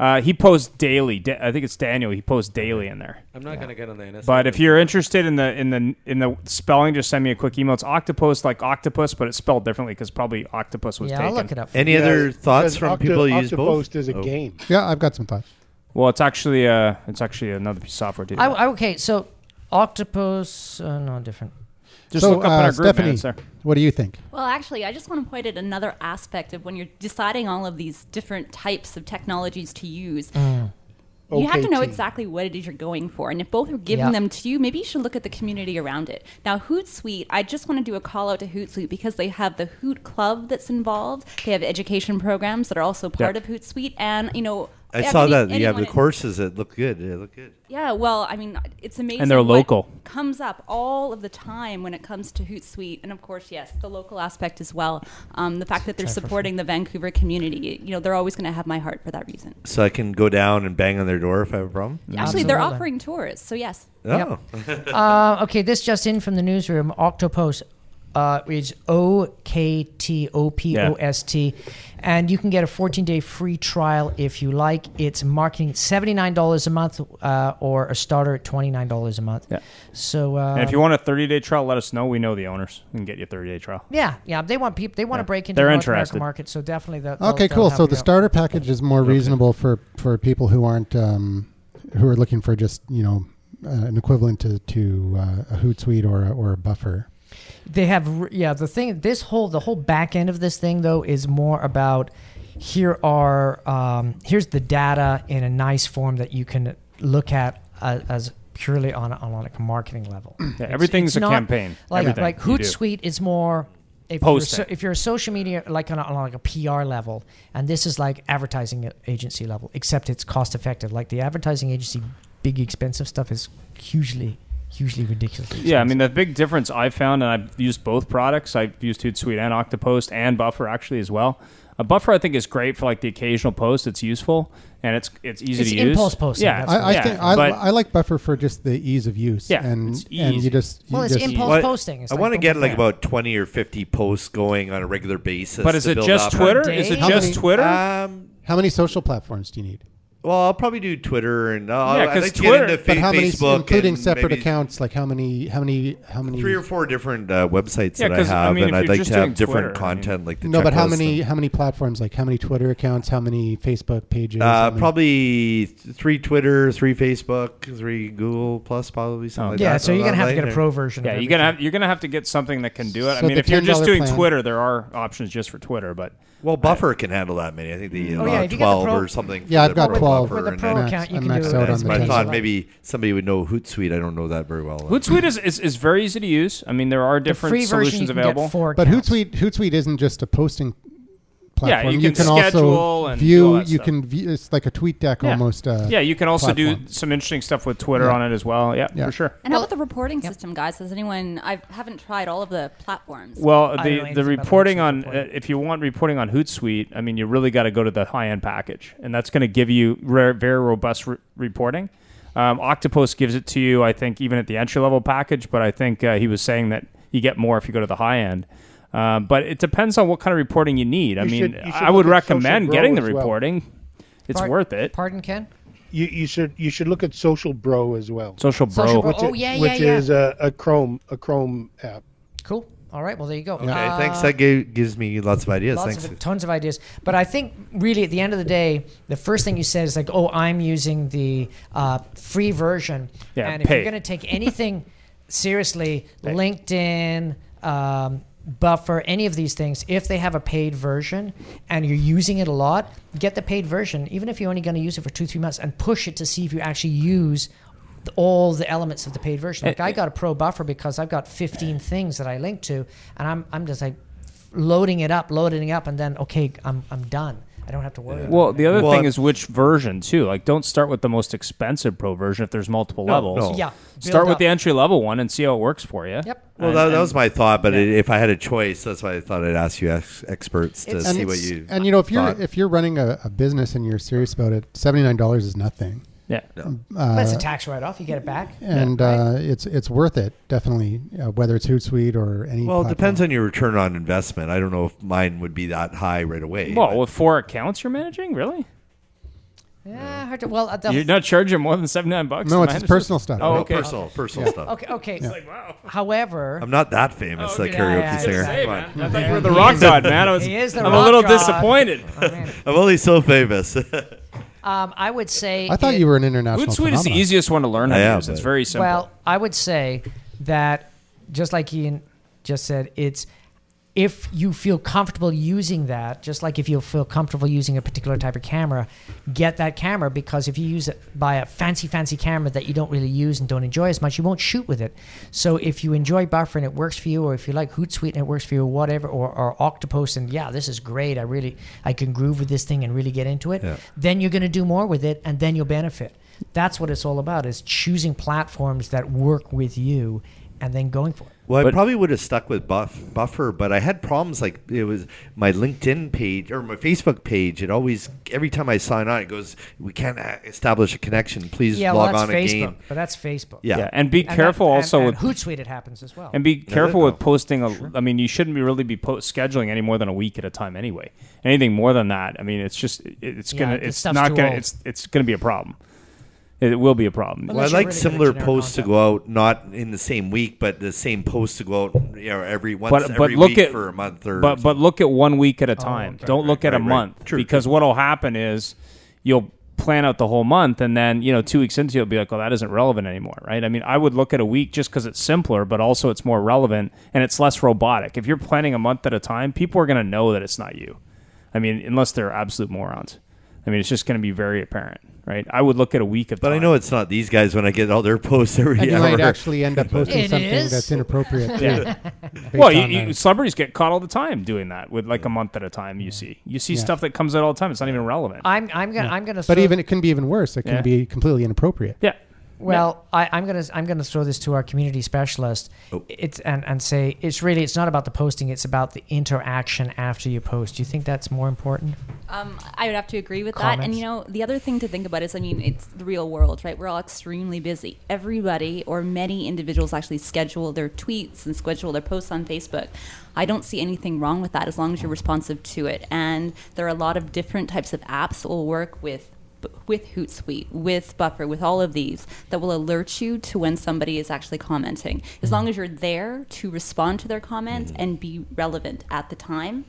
Speaker 8: uh, he posts daily. Da- I think it's Daniel. He posts daily in there.
Speaker 7: I'm not gonna get on the NS.
Speaker 8: But if you're interested in the in the in the spelling, just send me a quick email. It's octopus like octopus, but it's spelled differently because probably octopus was
Speaker 2: Yeah,
Speaker 8: taken.
Speaker 2: I'll look it up. for
Speaker 4: Any
Speaker 2: you.
Speaker 4: other thoughts
Speaker 3: Because
Speaker 4: from
Speaker 3: Octo-
Speaker 4: people who use
Speaker 3: Octopost
Speaker 4: both?
Speaker 3: is a
Speaker 4: Oh.
Speaker 3: game.
Speaker 1: yeah, I've got some thoughts.
Speaker 8: Well, it's actually uh, it's actually another piece of software too.
Speaker 2: I, I, okay, so octopus. Uh, no, different.
Speaker 8: just
Speaker 1: so
Speaker 8: look up
Speaker 1: uh,
Speaker 8: in our group, man.
Speaker 1: Stephanie,
Speaker 8: It's there.
Speaker 1: what do you think?
Speaker 9: Well, actually, I just want to point at another aspect of when you're deciding all of these different types of technologies to use.
Speaker 2: Mm.
Speaker 9: You have to know
Speaker 3: OKT.
Speaker 9: exactly what it is you're going for. And if both are giving
Speaker 2: Yeah.
Speaker 9: them to you, maybe you should look at the community around it. Now, Hootsuite, I just want to do a call out to Hootsuite because they have the Hoot Club that's involved. They have education programs that are also part
Speaker 8: Yeah.
Speaker 9: of Hootsuite. And, you know,
Speaker 4: I saw
Speaker 9: any-
Speaker 4: that. You have
Speaker 9: anyone
Speaker 4: the
Speaker 9: in-
Speaker 4: courses that look good. They look good.
Speaker 9: yeah, well, I mean, it's amazing.
Speaker 8: they're
Speaker 9: what
Speaker 8: local.
Speaker 9: Comes up all of the time when it comes to Hootsuite, and of course, yes, the local aspect as well. Um, the fact that they're supporting the Vancouver community, you know, they're always going to have my heart for that reason.
Speaker 4: So I can go down and bang on their door if I have a problem.
Speaker 9: Actually, they're
Speaker 2: Absolutely.
Speaker 9: offering tours, so yes.
Speaker 4: Oh,
Speaker 2: Uh, okay, this just in from the newsroom. Octopus uh, is O K T O P O S T, and you can get a 14-day free trial if you like. It's marketing $79 a month, uh, or a starter at $29 a month.
Speaker 8: Yeah.
Speaker 2: So, uh,
Speaker 8: And if you want a 30 day trial, let us know. We know the owners. We can get you a 30 day trial.
Speaker 2: yeah, yeah, they want people. They want to
Speaker 8: Yeah.
Speaker 2: break into
Speaker 8: They're
Speaker 2: the North
Speaker 8: interested.
Speaker 2: American market, so definitely that. they'll-
Speaker 1: okay,
Speaker 2: they'll
Speaker 1: cool.
Speaker 2: help
Speaker 1: So
Speaker 2: you
Speaker 1: the
Speaker 2: out.
Speaker 1: starter package is more reasonable for for people who aren't um, who are looking for just you know uh, an equivalent to to uh, a Hootsuite or a, or a Buffer.
Speaker 2: They have, r- yeah. The thing, this whole the whole back end of this thing though is more about here are um, here's the data in a nice form that you can look at uh, as purely on on like a marketing level. It's-
Speaker 8: everything's
Speaker 2: it's
Speaker 8: a
Speaker 2: not
Speaker 8: campaign.
Speaker 2: Like
Speaker 8: Everything
Speaker 2: like
Speaker 8: you do.
Speaker 2: Hootsuite is more if
Speaker 8: Post
Speaker 2: you're
Speaker 8: it.
Speaker 2: so, if you're a social media like on, a, on like a PR level, and this is like advertising agency level, except it's cost effective. Like the advertising agency, big expensive stuff is hugely, hugely ridiculous.
Speaker 8: Yeah, I mean the big difference I found, and I've used both products. I've used Hootsuite and Octopost and Buffer actually as well. A Buffer I think is great for like the occasional post. It's useful and it's it's easy
Speaker 2: It's
Speaker 8: to use.
Speaker 2: impulse posting,
Speaker 8: Yeah,
Speaker 2: that's
Speaker 1: I, I
Speaker 8: yeah,
Speaker 1: think I,
Speaker 8: but
Speaker 1: I like Buffer for just the ease of use.
Speaker 8: Yeah,
Speaker 1: and
Speaker 8: it's
Speaker 1: and
Speaker 8: easy.
Speaker 1: you just you
Speaker 2: Well, it's
Speaker 1: just,
Speaker 2: impulse
Speaker 4: What-
Speaker 2: posting. It's
Speaker 4: I
Speaker 2: like,
Speaker 4: want to
Speaker 2: boom,
Speaker 4: get
Speaker 2: boom,
Speaker 4: like
Speaker 2: boom.
Speaker 4: about 20 or 50 posts going on a regular basis.
Speaker 8: but is
Speaker 4: to
Speaker 8: it
Speaker 4: build
Speaker 8: just
Speaker 4: up.
Speaker 8: Twitter? Is it
Speaker 2: How
Speaker 8: just
Speaker 1: many-
Speaker 8: Twitter?
Speaker 4: Um,
Speaker 1: How many social platforms do you need?
Speaker 4: well, I'll probably do Twitter and I'll,
Speaker 8: Yeah,
Speaker 4: I'd
Speaker 8: 'cause
Speaker 4: like to
Speaker 8: Twitter-
Speaker 4: get into
Speaker 1: But
Speaker 4: fa-
Speaker 1: how many,
Speaker 4: Facebook,
Speaker 1: including
Speaker 4: and
Speaker 1: separate
Speaker 4: maybe
Speaker 1: accounts? Like how many? How many? How many?
Speaker 4: Three or four different uh, websites
Speaker 8: Yeah,
Speaker 4: that I
Speaker 8: 'cause, I
Speaker 4: have,
Speaker 8: mean, if
Speaker 4: and I'd
Speaker 8: you're
Speaker 4: like
Speaker 8: just
Speaker 4: to
Speaker 8: doing
Speaker 4: have
Speaker 8: Twitter,
Speaker 4: different
Speaker 8: I mean-
Speaker 4: content, like the
Speaker 1: no, but how
Speaker 4: checklist
Speaker 1: many?
Speaker 4: and-
Speaker 1: How many platforms? Like how many Twitter accounts? How many Facebook pages? how
Speaker 4: Uh,
Speaker 1: many-
Speaker 4: probably th- three Twitter, three Facebook, three Google Plus, probably something like that.
Speaker 2: Yeah, so you're gonna have to get a
Speaker 4: online
Speaker 2: pro
Speaker 4: or-
Speaker 2: version.
Speaker 8: Oh. yeah,
Speaker 2: of
Speaker 8: you're gonna
Speaker 2: everything.
Speaker 8: have, you're gonna have to get something that can do
Speaker 1: So
Speaker 8: it. I mean,
Speaker 1: the
Speaker 8: if you're just
Speaker 1: $10
Speaker 8: doing
Speaker 1: plan-
Speaker 8: Twitter, there are options just for Twitter, but
Speaker 4: Well, Buffer can handle that many. I think the
Speaker 2: Oh,
Speaker 4: uh,
Speaker 2: yeah, if you get the
Speaker 4: 12
Speaker 2: pro-
Speaker 4: or something. for
Speaker 1: Yeah, I've
Speaker 4: the
Speaker 1: got
Speaker 4: pro
Speaker 1: 12.
Speaker 4: Buffer,
Speaker 2: With the
Speaker 4: and
Speaker 2: pro
Speaker 4: then-
Speaker 1: max-
Speaker 2: account, you
Speaker 1: I
Speaker 2: can
Speaker 1: maxed
Speaker 2: do
Speaker 1: out
Speaker 4: That's
Speaker 1: on
Speaker 4: my
Speaker 1: the
Speaker 4: thought.
Speaker 1: 10.
Speaker 4: Maybe somebody would know Hootsuite. I don't know that very well.
Speaker 8: Hootsuite is, is, is very easy to use. I mean, there are
Speaker 2: The
Speaker 8: different
Speaker 2: free version you
Speaker 8: solutions
Speaker 2: can
Speaker 8: available.
Speaker 2: get four.
Speaker 1: But
Speaker 2: accounts.
Speaker 1: Hootsuite, Hootsuite isn't just a posting platform.
Speaker 8: you can schedule
Speaker 1: also
Speaker 8: and do
Speaker 1: view.
Speaker 8: all that
Speaker 1: you
Speaker 8: stuff.
Speaker 1: can view. It's like a tweet deck
Speaker 8: Yeah.
Speaker 1: almost. Uh,
Speaker 8: yeah, you can also
Speaker 1: platform.
Speaker 8: do some interesting stuff with Twitter
Speaker 1: Yeah.
Speaker 8: on it as well. Yeah,
Speaker 1: Yeah.
Speaker 8: for sure.
Speaker 9: And how about the reporting system, guys? Has anyone? I haven't tried all of the platforms.
Speaker 8: Well,
Speaker 2: I don't know
Speaker 8: the
Speaker 2: anything
Speaker 8: the
Speaker 2: about the
Speaker 8: reporting
Speaker 2: Hootsuite
Speaker 8: on
Speaker 2: reporting.
Speaker 8: uh, if you want reporting on Hootsuite, I mean, you really got to go to the high end package, and that's going to give you re- very robust re- reporting. Um, Octopus gives it to you, I think, even at the entry level package, but I think uh, he was saying that you get more if you go to the high end. Um, but it depends on what kind of reporting you need. I
Speaker 3: You
Speaker 8: mean,
Speaker 3: should- you should
Speaker 8: I would
Speaker 3: look at Social
Speaker 8: recommend
Speaker 3: Grow
Speaker 8: getting the
Speaker 3: as well.
Speaker 8: reporting. It's
Speaker 2: Pardon-
Speaker 8: worth it.
Speaker 2: Pardon, Ken.
Speaker 3: You, you should you should look at Social Bro as well,
Speaker 8: Social bro.
Speaker 2: Social bro-
Speaker 3: which,
Speaker 2: Oh,
Speaker 3: i-
Speaker 2: yeah, yeah,
Speaker 3: which
Speaker 2: yeah.
Speaker 3: is a, a Chrome a Chrome app.
Speaker 2: Cool. All right. Well, there you go. Uh,
Speaker 4: Okay, thanks. That gave, gives me lots of ideas.
Speaker 2: lots
Speaker 4: thanks.
Speaker 2: of tons of ideas. But I think really at the end of the day, the first thing you said is like, "Oh, I'm using the uh, free version."
Speaker 8: Yeah,
Speaker 2: and if
Speaker 8: pay.
Speaker 2: you're going to take anything seriously, LinkedIn. Um, Buffer any of these things if they have a paid version and you're using it a lot, get the paid version, even if you're only going to use it for two, three months, and push it to see if you actually use th- all the elements of the paid version.
Speaker 8: Eh,
Speaker 2: Like I got a pro buffer because I've got 15 things that I link to, and I'm I'm just like loading it up, loading it up, and then okay, I'm I'm done. I don't have to worry. about
Speaker 8: Well, the other
Speaker 4: Well,
Speaker 8: thing
Speaker 4: I-
Speaker 8: is which version too. Like, don't start with the most expensive pro version if there's multiple levels.
Speaker 4: no.
Speaker 2: it. yeah. build
Speaker 8: Start with
Speaker 2: up.
Speaker 8: the entry level one and see how it works for you.
Speaker 2: Yep.
Speaker 4: Well, that, that was my thought, but it, if I had a choice, that's why I thought I'd ask you ex- experts to
Speaker 2: It's-
Speaker 4: see
Speaker 2: and
Speaker 4: what
Speaker 2: it's-
Speaker 4: you.
Speaker 1: And you know, if you're
Speaker 4: thought.
Speaker 1: if you're running a, a business and you're serious about it, seventy nine dollars is nothing. Uh,
Speaker 8: Yeah.
Speaker 2: That's a tax write off. You get it back.
Speaker 1: and
Speaker 2: Right.
Speaker 1: uh, it's it's worth it definitely uh, whether it's Hootsuite or any.
Speaker 4: well, it
Speaker 1: platform.
Speaker 4: depends on your return on investment. I don't know if mine would be that high right away.
Speaker 8: Well,
Speaker 4: but-
Speaker 8: with four accounts you're managing, really?
Speaker 2: yeah, hard to, well, uh, the,
Speaker 8: You're not charging more than seventy nine bucks.
Speaker 1: No,
Speaker 8: to
Speaker 1: it's
Speaker 8: manage
Speaker 1: his personal stuff.
Speaker 8: Oh,
Speaker 4: No,
Speaker 8: okay.
Speaker 4: personal, personal stuff.
Speaker 2: okay, okay.
Speaker 8: Wow.
Speaker 2: However,
Speaker 4: I'm not that famous,
Speaker 8: Oh, okay.
Speaker 4: that karaoke
Speaker 2: Yeah, yeah,
Speaker 4: singer.
Speaker 2: exactly.
Speaker 8: Hey,
Speaker 4: Come on.
Speaker 8: man. I thought you were the rock god, man. I was,
Speaker 2: He is the
Speaker 8: I'm a
Speaker 2: rock
Speaker 8: little
Speaker 2: god.
Speaker 8: disappointed.
Speaker 2: I mean,
Speaker 4: I'm only so famous.
Speaker 2: um, I would say
Speaker 1: I thought
Speaker 2: it-
Speaker 1: you were an international.
Speaker 8: Hootsuite is the
Speaker 1: phenomenon.
Speaker 8: easiest one to learn how
Speaker 4: I
Speaker 8: to
Speaker 4: am,
Speaker 8: use. It's
Speaker 4: but-
Speaker 8: very simple.
Speaker 2: Well, I would say that just like Ian just said, it's if you feel comfortable using that, just like if you feel comfortable using a particular type of camera, get that camera because if you use it buy a fancy, fancy camera that you don't really use and don't enjoy as much, you won't shoot with it. So if you enjoy Buffer and it works for you, or if you like Hootsuite and it works for you, or whatever, or, or Octopus and yeah, this is great. I really I can groove with this thing and really get into it. Then you're going to do more with it, and then you'll benefit that's what it's all about is choosing platforms that work with you and then going for it
Speaker 4: Well, I
Speaker 8: But-
Speaker 4: probably would have stuck with buff, Buffer, but I had problems like it was my LinkedIn page or my Facebook page. It always every time I sign on, it goes, "We can't uh, establish a connection. Please
Speaker 2: yeah well
Speaker 4: log
Speaker 2: that's
Speaker 4: on
Speaker 2: facebook
Speaker 4: again."
Speaker 2: but that's facebook
Speaker 4: Yeah.
Speaker 8: yeah, and be
Speaker 2: And that-
Speaker 8: careful
Speaker 2: and-
Speaker 8: also
Speaker 2: and
Speaker 8: with
Speaker 2: hootsuite it happens as well
Speaker 8: And be careful
Speaker 4: they
Speaker 8: with
Speaker 4: don't.
Speaker 8: posting. A, I mean, you shouldn't be really be po- scheduling any more than a week at a time anyway. Anything more than that, I mean, it's just it- it's
Speaker 2: Yeah,
Speaker 8: gonna
Speaker 2: this
Speaker 8: it's
Speaker 2: stuff's
Speaker 8: not
Speaker 2: too
Speaker 8: gonna
Speaker 2: old.
Speaker 8: it's it's gonna be a problem. It will be a problem.
Speaker 2: Well,
Speaker 4: Well, I
Speaker 2: unless you're
Speaker 4: like
Speaker 2: really good at
Speaker 4: similar
Speaker 2: generic
Speaker 4: posts
Speaker 2: content.
Speaker 4: to go out, not in the same week, but the same posts to go out you know, every once
Speaker 8: but but
Speaker 4: every
Speaker 8: look
Speaker 4: week
Speaker 8: at
Speaker 4: for a month or
Speaker 8: but but look at one week
Speaker 1: Oh,
Speaker 8: at a time.
Speaker 2: okay.
Speaker 8: Don't look at a
Speaker 4: right, right.
Speaker 8: month
Speaker 4: True,
Speaker 8: because what'll happen is you'll plan out the whole month and then you know two weeks into it, you'll be like, oh, that isn't relevant anymore, right? I mean, I would look at a week just because it's simpler, but also it's more relevant and it's less robotic. If you're planning a month at a time, people are going to know that it's not you. I mean, unless they're absolute morons. I mean, it's just going to be very apparent, right? I would look at a week of
Speaker 4: But I
Speaker 8: time.
Speaker 4: know it's not these guys when I get all their posts every
Speaker 1: And you
Speaker 4: hour.
Speaker 1: might actually end up posting
Speaker 2: It
Speaker 1: something
Speaker 2: is.
Speaker 1: that's inappropriate. too,
Speaker 8: Yeah.
Speaker 1: based
Speaker 8: Well, you,
Speaker 1: on
Speaker 8: you,
Speaker 1: that.
Speaker 8: celebrities get caught all the time doing that with like a month at a time. You see, you see
Speaker 1: Yeah.
Speaker 8: stuff that comes out all the time. It's not even relevant.
Speaker 2: I'm I'm gonna I'm gonna.
Speaker 1: but
Speaker 2: throw-
Speaker 1: even it can be even worse. It can
Speaker 8: Yeah.
Speaker 1: be completely inappropriate.
Speaker 8: yeah.
Speaker 2: Well, I, I'm gonna I'm gonna throw this to our community specialist.
Speaker 4: Oh.
Speaker 2: It's and, and say it's really it's not about the posting. It's about the interaction after you post. Do you think that's more important?
Speaker 9: Um, I would have to agree with that. And
Speaker 2: Comments?
Speaker 9: you know, the other thing to think about is, I mean, it's the real world, right? We're all extremely busy. Everybody or many individuals actually schedule their tweets and schedule their posts on Facebook. I don't see anything wrong with that as long as you're responsive to it. And there are a lot of different types of apps that will work with with Hootsuite, with Buffer, with all of these that will alert you to when somebody is actually commenting. As long as you're there to respond to their comment and be relevant at the time,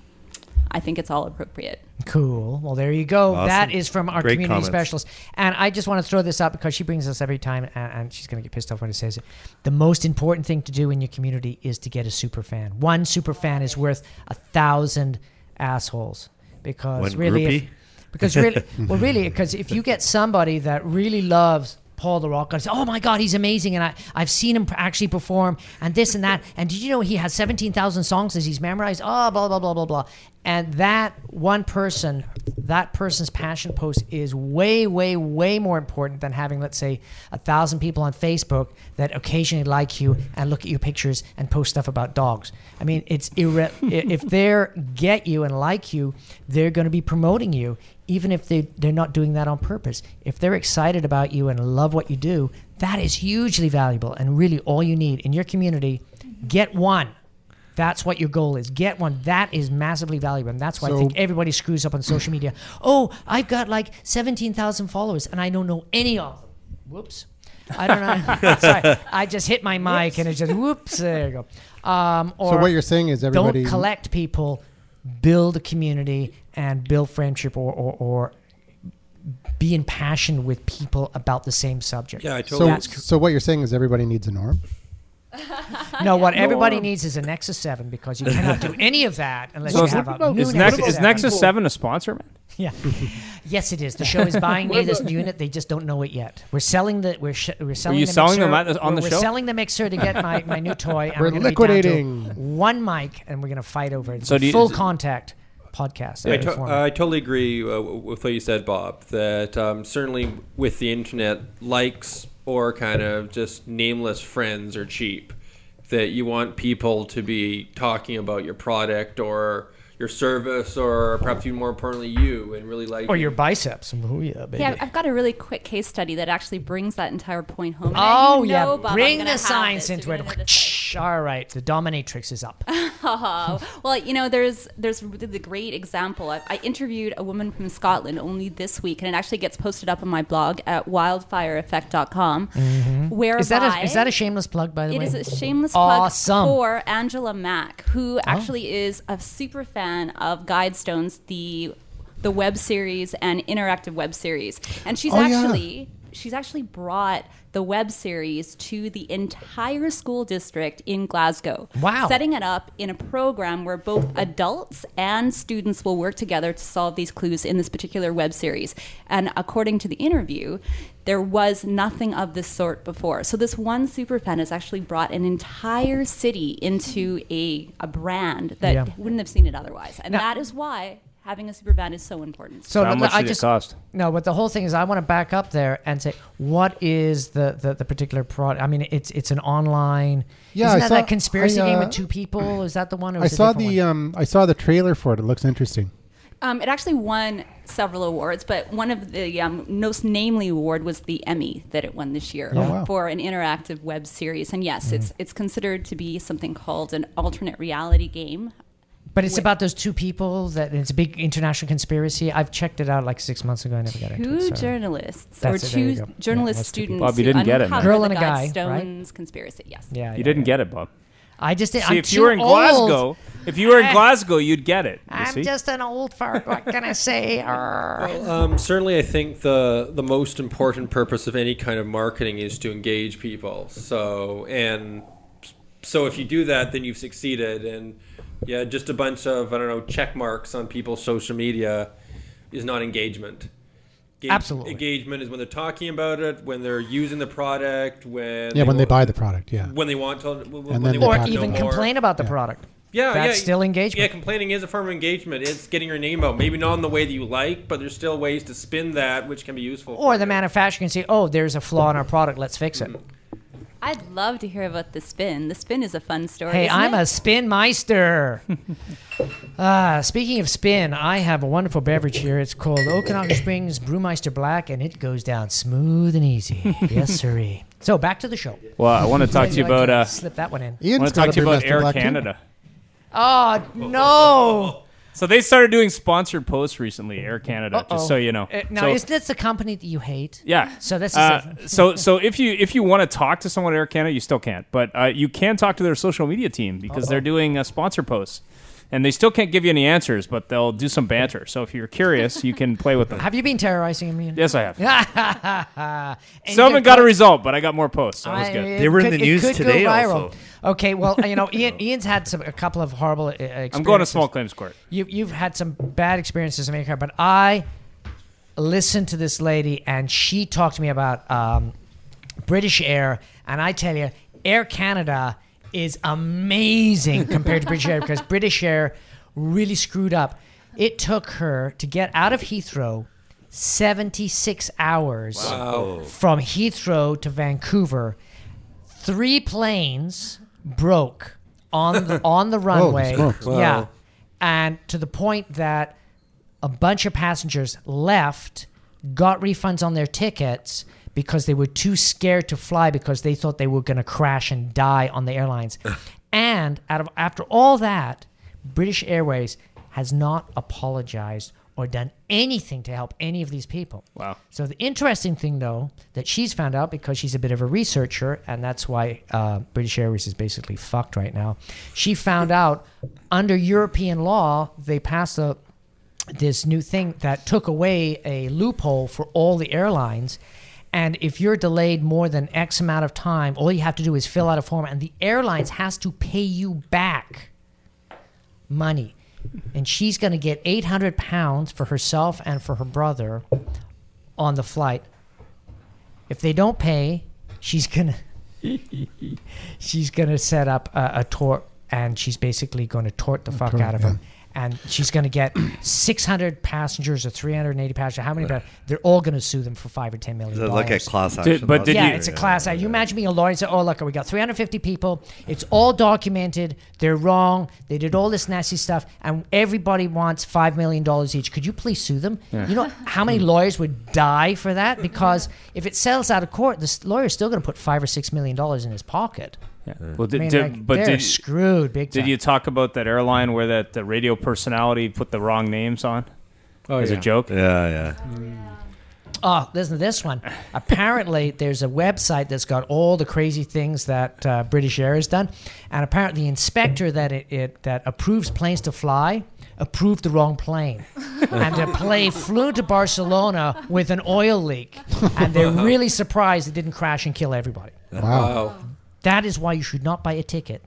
Speaker 9: I think it's all appropriate.
Speaker 2: Cool. Well, there you go.
Speaker 4: Awesome.
Speaker 2: Oh, That is from our
Speaker 4: Great
Speaker 2: community
Speaker 4: comments.
Speaker 2: specialist. And I just want to throw this up because she brings us every time, and, and she's going to get pissed off when it says it. The most important thing to do in your community is to get a super fan. One super fan is worth a thousand assholes because
Speaker 4: One
Speaker 2: really, if-
Speaker 4: groupie?
Speaker 2: because really, well, really, because if you get somebody that really loves. Paul the Rock, and say, oh my God, he's amazing, and I, I've seen him actually perform, and this and that, and did you know he has seventeen thousand songs that he's memorized? Oh, blah blah blah blah blah, and that one person, that person's passion post is way way way more important than having, let's say, a thousand people on Facebook that occasionally like you and look at your pictures and post stuff about dogs. I mean, it's irre- i- if they're get you and like you, they're going to be promoting you, even if they they're not doing that on purpose. If they're excited about you and love what you do, that is hugely valuable and really all you need in your community. Get one. That's what your goal is. Get one. That is massively valuable. And that's why I
Speaker 1: So-
Speaker 2: think everybody screws up on social media. Oh, I've got like 17,000 followers and I don't know any of them. Whoops. I don't know. Sorry. I just hit my mic and it just whoops. There you go. Um, or
Speaker 1: So what you're saying is everybody
Speaker 2: don't collect people, build a community and build friendship or, or, or be in passion with people about the same subject.
Speaker 6: Yeah, I totally.
Speaker 1: So, so what you're saying is everybody needs a norm.
Speaker 2: No, what everybody needs is a Nexus 7 because you cannot do any of that unless
Speaker 8: um, So
Speaker 2: you
Speaker 8: is-
Speaker 2: have a new
Speaker 8: Is,
Speaker 2: Nexus
Speaker 8: Nex-
Speaker 2: 7.
Speaker 8: is Nexus Seven a sponsor, man?
Speaker 2: Yeah. yes, it is. The show is buying me this unit. They just don't know it yet. We're selling the. We're, sh- we're selling.
Speaker 8: you
Speaker 2: the
Speaker 8: selling
Speaker 2: mixer.
Speaker 8: them at the- on
Speaker 2: we're,
Speaker 8: the
Speaker 2: we're
Speaker 8: show?
Speaker 2: selling the mixer to get my, my new toy. and
Speaker 1: We're
Speaker 2: gonna be down to
Speaker 1: liquidating.
Speaker 2: one mic, and we're going to fight over it. It's
Speaker 8: So
Speaker 2: a
Speaker 8: do you-
Speaker 2: full
Speaker 8: is it-
Speaker 2: contact podcast.
Speaker 6: I,
Speaker 2: uh,
Speaker 6: to-
Speaker 2: format.
Speaker 6: I totally agree uh, w- with what you said, Bob. That um, certainly with the internet, likes or kind of just nameless friends are cheap. That you want people to be talking about your product or your service, or perhaps even more importantly, you, and really like
Speaker 2: or your biceps. Ooh, yeah, baby.
Speaker 9: Yeah, I've got a really quick case study that actually brings that entire point home. And I
Speaker 2: Oh
Speaker 9: know,
Speaker 2: yeah!
Speaker 9: Bob, I'm
Speaker 2: Bring
Speaker 9: gonna
Speaker 2: the
Speaker 9: have
Speaker 2: science
Speaker 9: this. You're
Speaker 2: into it.
Speaker 9: gonna know this.
Speaker 2: All right, the dominatrix is up.
Speaker 9: Oh, well, you know, there's there's really the great example. I, I interviewed a woman from Scotland only this week, and it actually gets posted up on my blog at wildfireeffect.com. Whereby
Speaker 2: Mm-hmm. Is that a, is that a shameless plug? By the
Speaker 9: It
Speaker 2: way,
Speaker 9: is a shameless
Speaker 2: Awesome. Oh.
Speaker 9: plug for Angela Mack, who actually is a super fan of Guidestones, the the web series and interactive web series, and she's
Speaker 1: Oh, yeah.
Speaker 9: actually she's actually brought the web series to the entire school district in Glasgow.
Speaker 2: Wow.
Speaker 9: Setting it up in a program where both adults and students will work together to solve these clues in this particular web series. And according to the interview, there was nothing of this sort before. So this one superfan has actually brought an entire city into a, a brand that
Speaker 2: Yeah.
Speaker 9: wouldn't have seen it otherwise. And
Speaker 2: Now-
Speaker 9: that is why having a superfan is so important.
Speaker 2: So
Speaker 8: How
Speaker 2: l-
Speaker 8: much
Speaker 2: I
Speaker 8: did it
Speaker 2: just,
Speaker 8: cost?
Speaker 2: No, but the whole thing is, I want to back up there and say, what is the the, the particular product? I mean, it's it's an online.
Speaker 1: Yeah,
Speaker 2: isn't
Speaker 1: I
Speaker 2: that
Speaker 1: saw-
Speaker 2: that conspiracy
Speaker 1: I,
Speaker 2: game
Speaker 1: uh,
Speaker 2: with two people? Is that the one? Or
Speaker 1: I
Speaker 2: is it a
Speaker 1: saw
Speaker 2: different
Speaker 1: the
Speaker 2: one?
Speaker 1: um, I saw the trailer for it. It looks interesting.
Speaker 9: Um, it actually won several awards, but one of the um, most namely award was the Emmy that it won this
Speaker 2: Oh,
Speaker 9: year
Speaker 1: wow.
Speaker 9: for an interactive web series. And yes, it's
Speaker 2: Mm-hmm.
Speaker 9: it's considered to be something called an alternate reality game.
Speaker 2: but it's about those two people that it's a big international conspiracy. I've checked it out like six months ago. I never got into
Speaker 9: Two
Speaker 2: it. so-
Speaker 9: journalists
Speaker 2: That's
Speaker 9: or
Speaker 2: it, there you
Speaker 9: two
Speaker 2: go.
Speaker 9: journalist
Speaker 2: Yeah, that's two people.
Speaker 9: students
Speaker 8: Bob, you
Speaker 9: who
Speaker 8: didn't get it, man.
Speaker 9: uncovered
Speaker 2: Girl and
Speaker 9: the
Speaker 2: a guy,
Speaker 9: Stone's conspiracy. Yes.
Speaker 2: Yeah,
Speaker 8: You didn't get it, Bob.
Speaker 2: I just did.
Speaker 8: See,
Speaker 2: I'm
Speaker 8: if
Speaker 2: too
Speaker 8: you were in
Speaker 2: old.
Speaker 8: Glasgow, if you were in
Speaker 2: Ah.
Speaker 8: Glasgow, you'd get it. You
Speaker 2: I'm
Speaker 8: see? uh,
Speaker 2: just an old fart. What can I say? Arr.
Speaker 6: Um, certainly, I think the the most important purpose of any kind of marketing is to engage people. So and so, if you do that, then you've succeeded. And yeah, just a bunch of I don't know check marks on people's social media is not engagement. Engage-
Speaker 2: Absolutely.
Speaker 6: Engagement is when they're talking about it, when they're using the product, when
Speaker 1: Yeah, when they
Speaker 6: want-
Speaker 1: buy the product, yeah.
Speaker 6: when they want to, when
Speaker 1: then
Speaker 6: they
Speaker 1: they
Speaker 6: want
Speaker 2: or
Speaker 1: talk
Speaker 6: to know
Speaker 2: even
Speaker 6: more.
Speaker 2: complain about the product.
Speaker 6: Yeah,
Speaker 2: That's
Speaker 6: yeah,
Speaker 2: still
Speaker 6: Yeah,
Speaker 2: engagement.
Speaker 6: complaining is a form of engagement. It's getting your name out, maybe not in the way that you like, but there's still ways to spin that, which can be useful.
Speaker 2: Or
Speaker 6: for
Speaker 2: the
Speaker 6: you.
Speaker 2: manufacturer can say, "Oh, there's a flaw in our product. Let's fix
Speaker 8: Mm-hmm.
Speaker 2: it."
Speaker 9: I'd love to hear about the spin. The spin is a fun story.
Speaker 2: Hey,
Speaker 9: isn't
Speaker 2: I'm
Speaker 9: it?
Speaker 2: a spin meister. uh, speaking of spin, I have a wonderful beverage here. It's called Okanagan Springs Brewmeister Black, and it goes down smooth and easy. yes, sirree. So back to the show.
Speaker 8: Well, I want to talk to you
Speaker 2: I
Speaker 8: about.
Speaker 2: can
Speaker 8: Uh,
Speaker 2: slip that one in.
Speaker 8: I
Speaker 1: Ian's
Speaker 8: want to
Speaker 1: got
Speaker 8: talk
Speaker 1: a
Speaker 8: to you about
Speaker 1: Brewmaster
Speaker 8: Air
Speaker 1: Black too.
Speaker 8: Canada.
Speaker 2: Oh no!
Speaker 8: So they started doing sponsored posts recently, Air Canada.
Speaker 2: Uh-oh.
Speaker 8: Just so you know.
Speaker 2: Uh, now,
Speaker 8: So-
Speaker 2: isn't this the company that you hate?
Speaker 8: Yeah.
Speaker 2: So this is
Speaker 8: Uh,
Speaker 2: a-
Speaker 8: so so if you if you want to talk to someone at Air Canada, you still can't, but uh, you can talk to their social media team because they're doing uh, sponsor posts, and they still can't give you any answers, but they'll do some banter. So if you're curious, you can play with them.
Speaker 2: Have you been terrorizing me?
Speaker 8: Yes, I have.
Speaker 2: Yeah.
Speaker 8: Someone got a result, but I got more posts. Uh, So it was
Speaker 2: I-
Speaker 8: good.
Speaker 2: it
Speaker 4: They were in
Speaker 2: could-
Speaker 4: the
Speaker 2: it
Speaker 4: news
Speaker 2: could go
Speaker 4: today
Speaker 2: viral.
Speaker 4: also.
Speaker 2: Okay, well, you know, Ian, Ian's had some a couple of horrible. Uh, experiences.
Speaker 8: I'm going to small claims court.
Speaker 2: You, you've had some bad experiences in America, but I listened to this lady, and she talked to me about um, British Air, and I tell you, Air Canada is amazing compared to British Air because British Air really screwed up. It took her to get out of Heathrow 76 hours from Heathrow to Vancouver. Three planes broke on the, on the runway.
Speaker 1: smokes.
Speaker 2: Yeah. And to the point that a bunch of passengers left, got refunds on their tickets because they were too scared to fly because they thought they were going to crash and die on the airlines. and out of after all that, British Airways has not apologized or done anything to help any of these people.
Speaker 8: Wow.
Speaker 2: So the interesting thing, though, that she's found out because she's a bit of a researcher, and that's why uh, British Airways is basically fucked right now. She found out under European law they passed a this new thing that took away a loophole for all the airlines. And if you're delayed more than X amount of time, all you have to do is fill out a form, and the airlines has to pay you back money. And she's going to get 800 pounds for herself and for her brother on the flight. If they don't pay, she's gonna she's gonna set up a, a tort, and she's basically going to tort the fuck out of them. And she's going to get 600 passengers or 380 passengers. How many? pa- They're all going to sue them for five or ten million.
Speaker 4: Is it like a
Speaker 2: dollars.
Speaker 4: class action?
Speaker 8: but did
Speaker 2: yeah,
Speaker 8: you-
Speaker 2: it's a class act. You imagine being a lawyer and say, "Oh, look, we got 350 people. It's all documented. They're wrong. They did all this nasty stuff, and everybody wants five million dollars each. Could you please sue them? You know how many lawyers would die for that? Because if it sells out of court, the s- lawyer's still going to put five or six million dollars in his pocket.
Speaker 8: Well, did,
Speaker 2: I mean,
Speaker 8: did-
Speaker 2: like,
Speaker 8: but
Speaker 2: they're
Speaker 8: did,
Speaker 2: screwed big time.
Speaker 8: did you talk about that airline where that the radio personality put the wrong names on
Speaker 7: Oh,
Speaker 8: as a joke?
Speaker 4: Yeah, yeah.
Speaker 2: Oh, listen to this one. apparently, there's a website that's got all the crazy things that uh, British Air has done, and apparently the inspector that it, it that approves planes to fly approved the wrong plane, and the plane flew to Barcelona with an oil leak, and they're really surprised it didn't crash and kill everybody.
Speaker 1: Wow.
Speaker 2: That is why you should not buy a ticket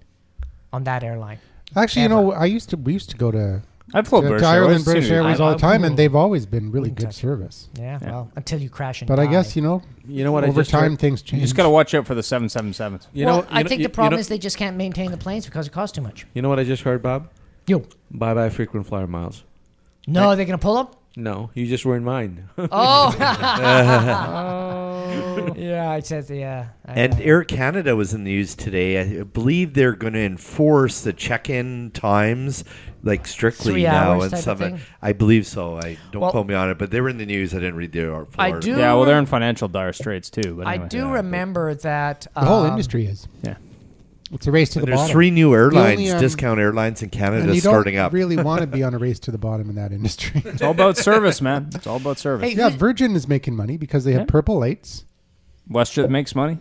Speaker 2: on that airline.
Speaker 1: Actually, you know, I used to we used to go to,
Speaker 8: I flew
Speaker 1: to,
Speaker 8: British
Speaker 1: to
Speaker 8: Airways.
Speaker 1: Ireland,
Speaker 8: Seen
Speaker 1: British
Speaker 8: it.
Speaker 1: Airways all the time, and
Speaker 2: Ooh.
Speaker 1: they've always been really good
Speaker 2: touch it.
Speaker 1: service.
Speaker 2: Yeah, well, until you crash and
Speaker 1: But I
Speaker 2: die.
Speaker 1: guess you know,
Speaker 7: You know what? I
Speaker 1: over
Speaker 7: just heard-
Speaker 1: time things
Speaker 8: You
Speaker 1: change.
Speaker 8: just got to watch out for the 777s.
Speaker 7: You
Speaker 2: well,
Speaker 7: know, you
Speaker 2: I
Speaker 7: know-
Speaker 2: think
Speaker 7: you-
Speaker 2: the problem
Speaker 7: you know,
Speaker 2: is they just can't maintain the planes because it costs too much.
Speaker 7: You know what I just heard, Bob?
Speaker 2: Yo,
Speaker 7: Bye bye frequent flyer miles.
Speaker 2: no, they're gonna pull them.
Speaker 7: No, you just ruined mine. Uh,
Speaker 2: Oh. Yeah, I said yeah. I-
Speaker 4: And
Speaker 2: I-
Speaker 4: Air Canada was in the news today. I believe they're going to enforce the check-in times like strictly
Speaker 2: Three
Speaker 4: now
Speaker 2: hours
Speaker 4: and
Speaker 2: type of
Speaker 4: stuff.
Speaker 2: thing?
Speaker 4: I believe so. I don't
Speaker 2: Well-
Speaker 4: quote me on it, but they were in the news. I didn't read the ar- full
Speaker 2: I
Speaker 4: article.
Speaker 2: do.
Speaker 8: Yeah, well, they're in financial dire straits too. But
Speaker 2: I
Speaker 8: anyway.
Speaker 2: do remember that
Speaker 1: the whole
Speaker 2: um,
Speaker 1: industry is.
Speaker 8: Yeah.
Speaker 1: It's a race to the
Speaker 4: There's
Speaker 1: bottom.
Speaker 4: three new airlines,
Speaker 1: only, um,
Speaker 4: discount airlines in
Speaker 1: and
Speaker 4: Canada,
Speaker 1: you
Speaker 4: starting
Speaker 1: don't
Speaker 4: up.
Speaker 1: really want to be on a race to the bottom in that industry.
Speaker 8: It's all about service, man. It's all about service.
Speaker 2: Hey,
Speaker 1: yeah,
Speaker 2: who's-
Speaker 1: Virgin is making money because they have
Speaker 8: Yeah.
Speaker 1: purple lights.
Speaker 8: WestJet makes money.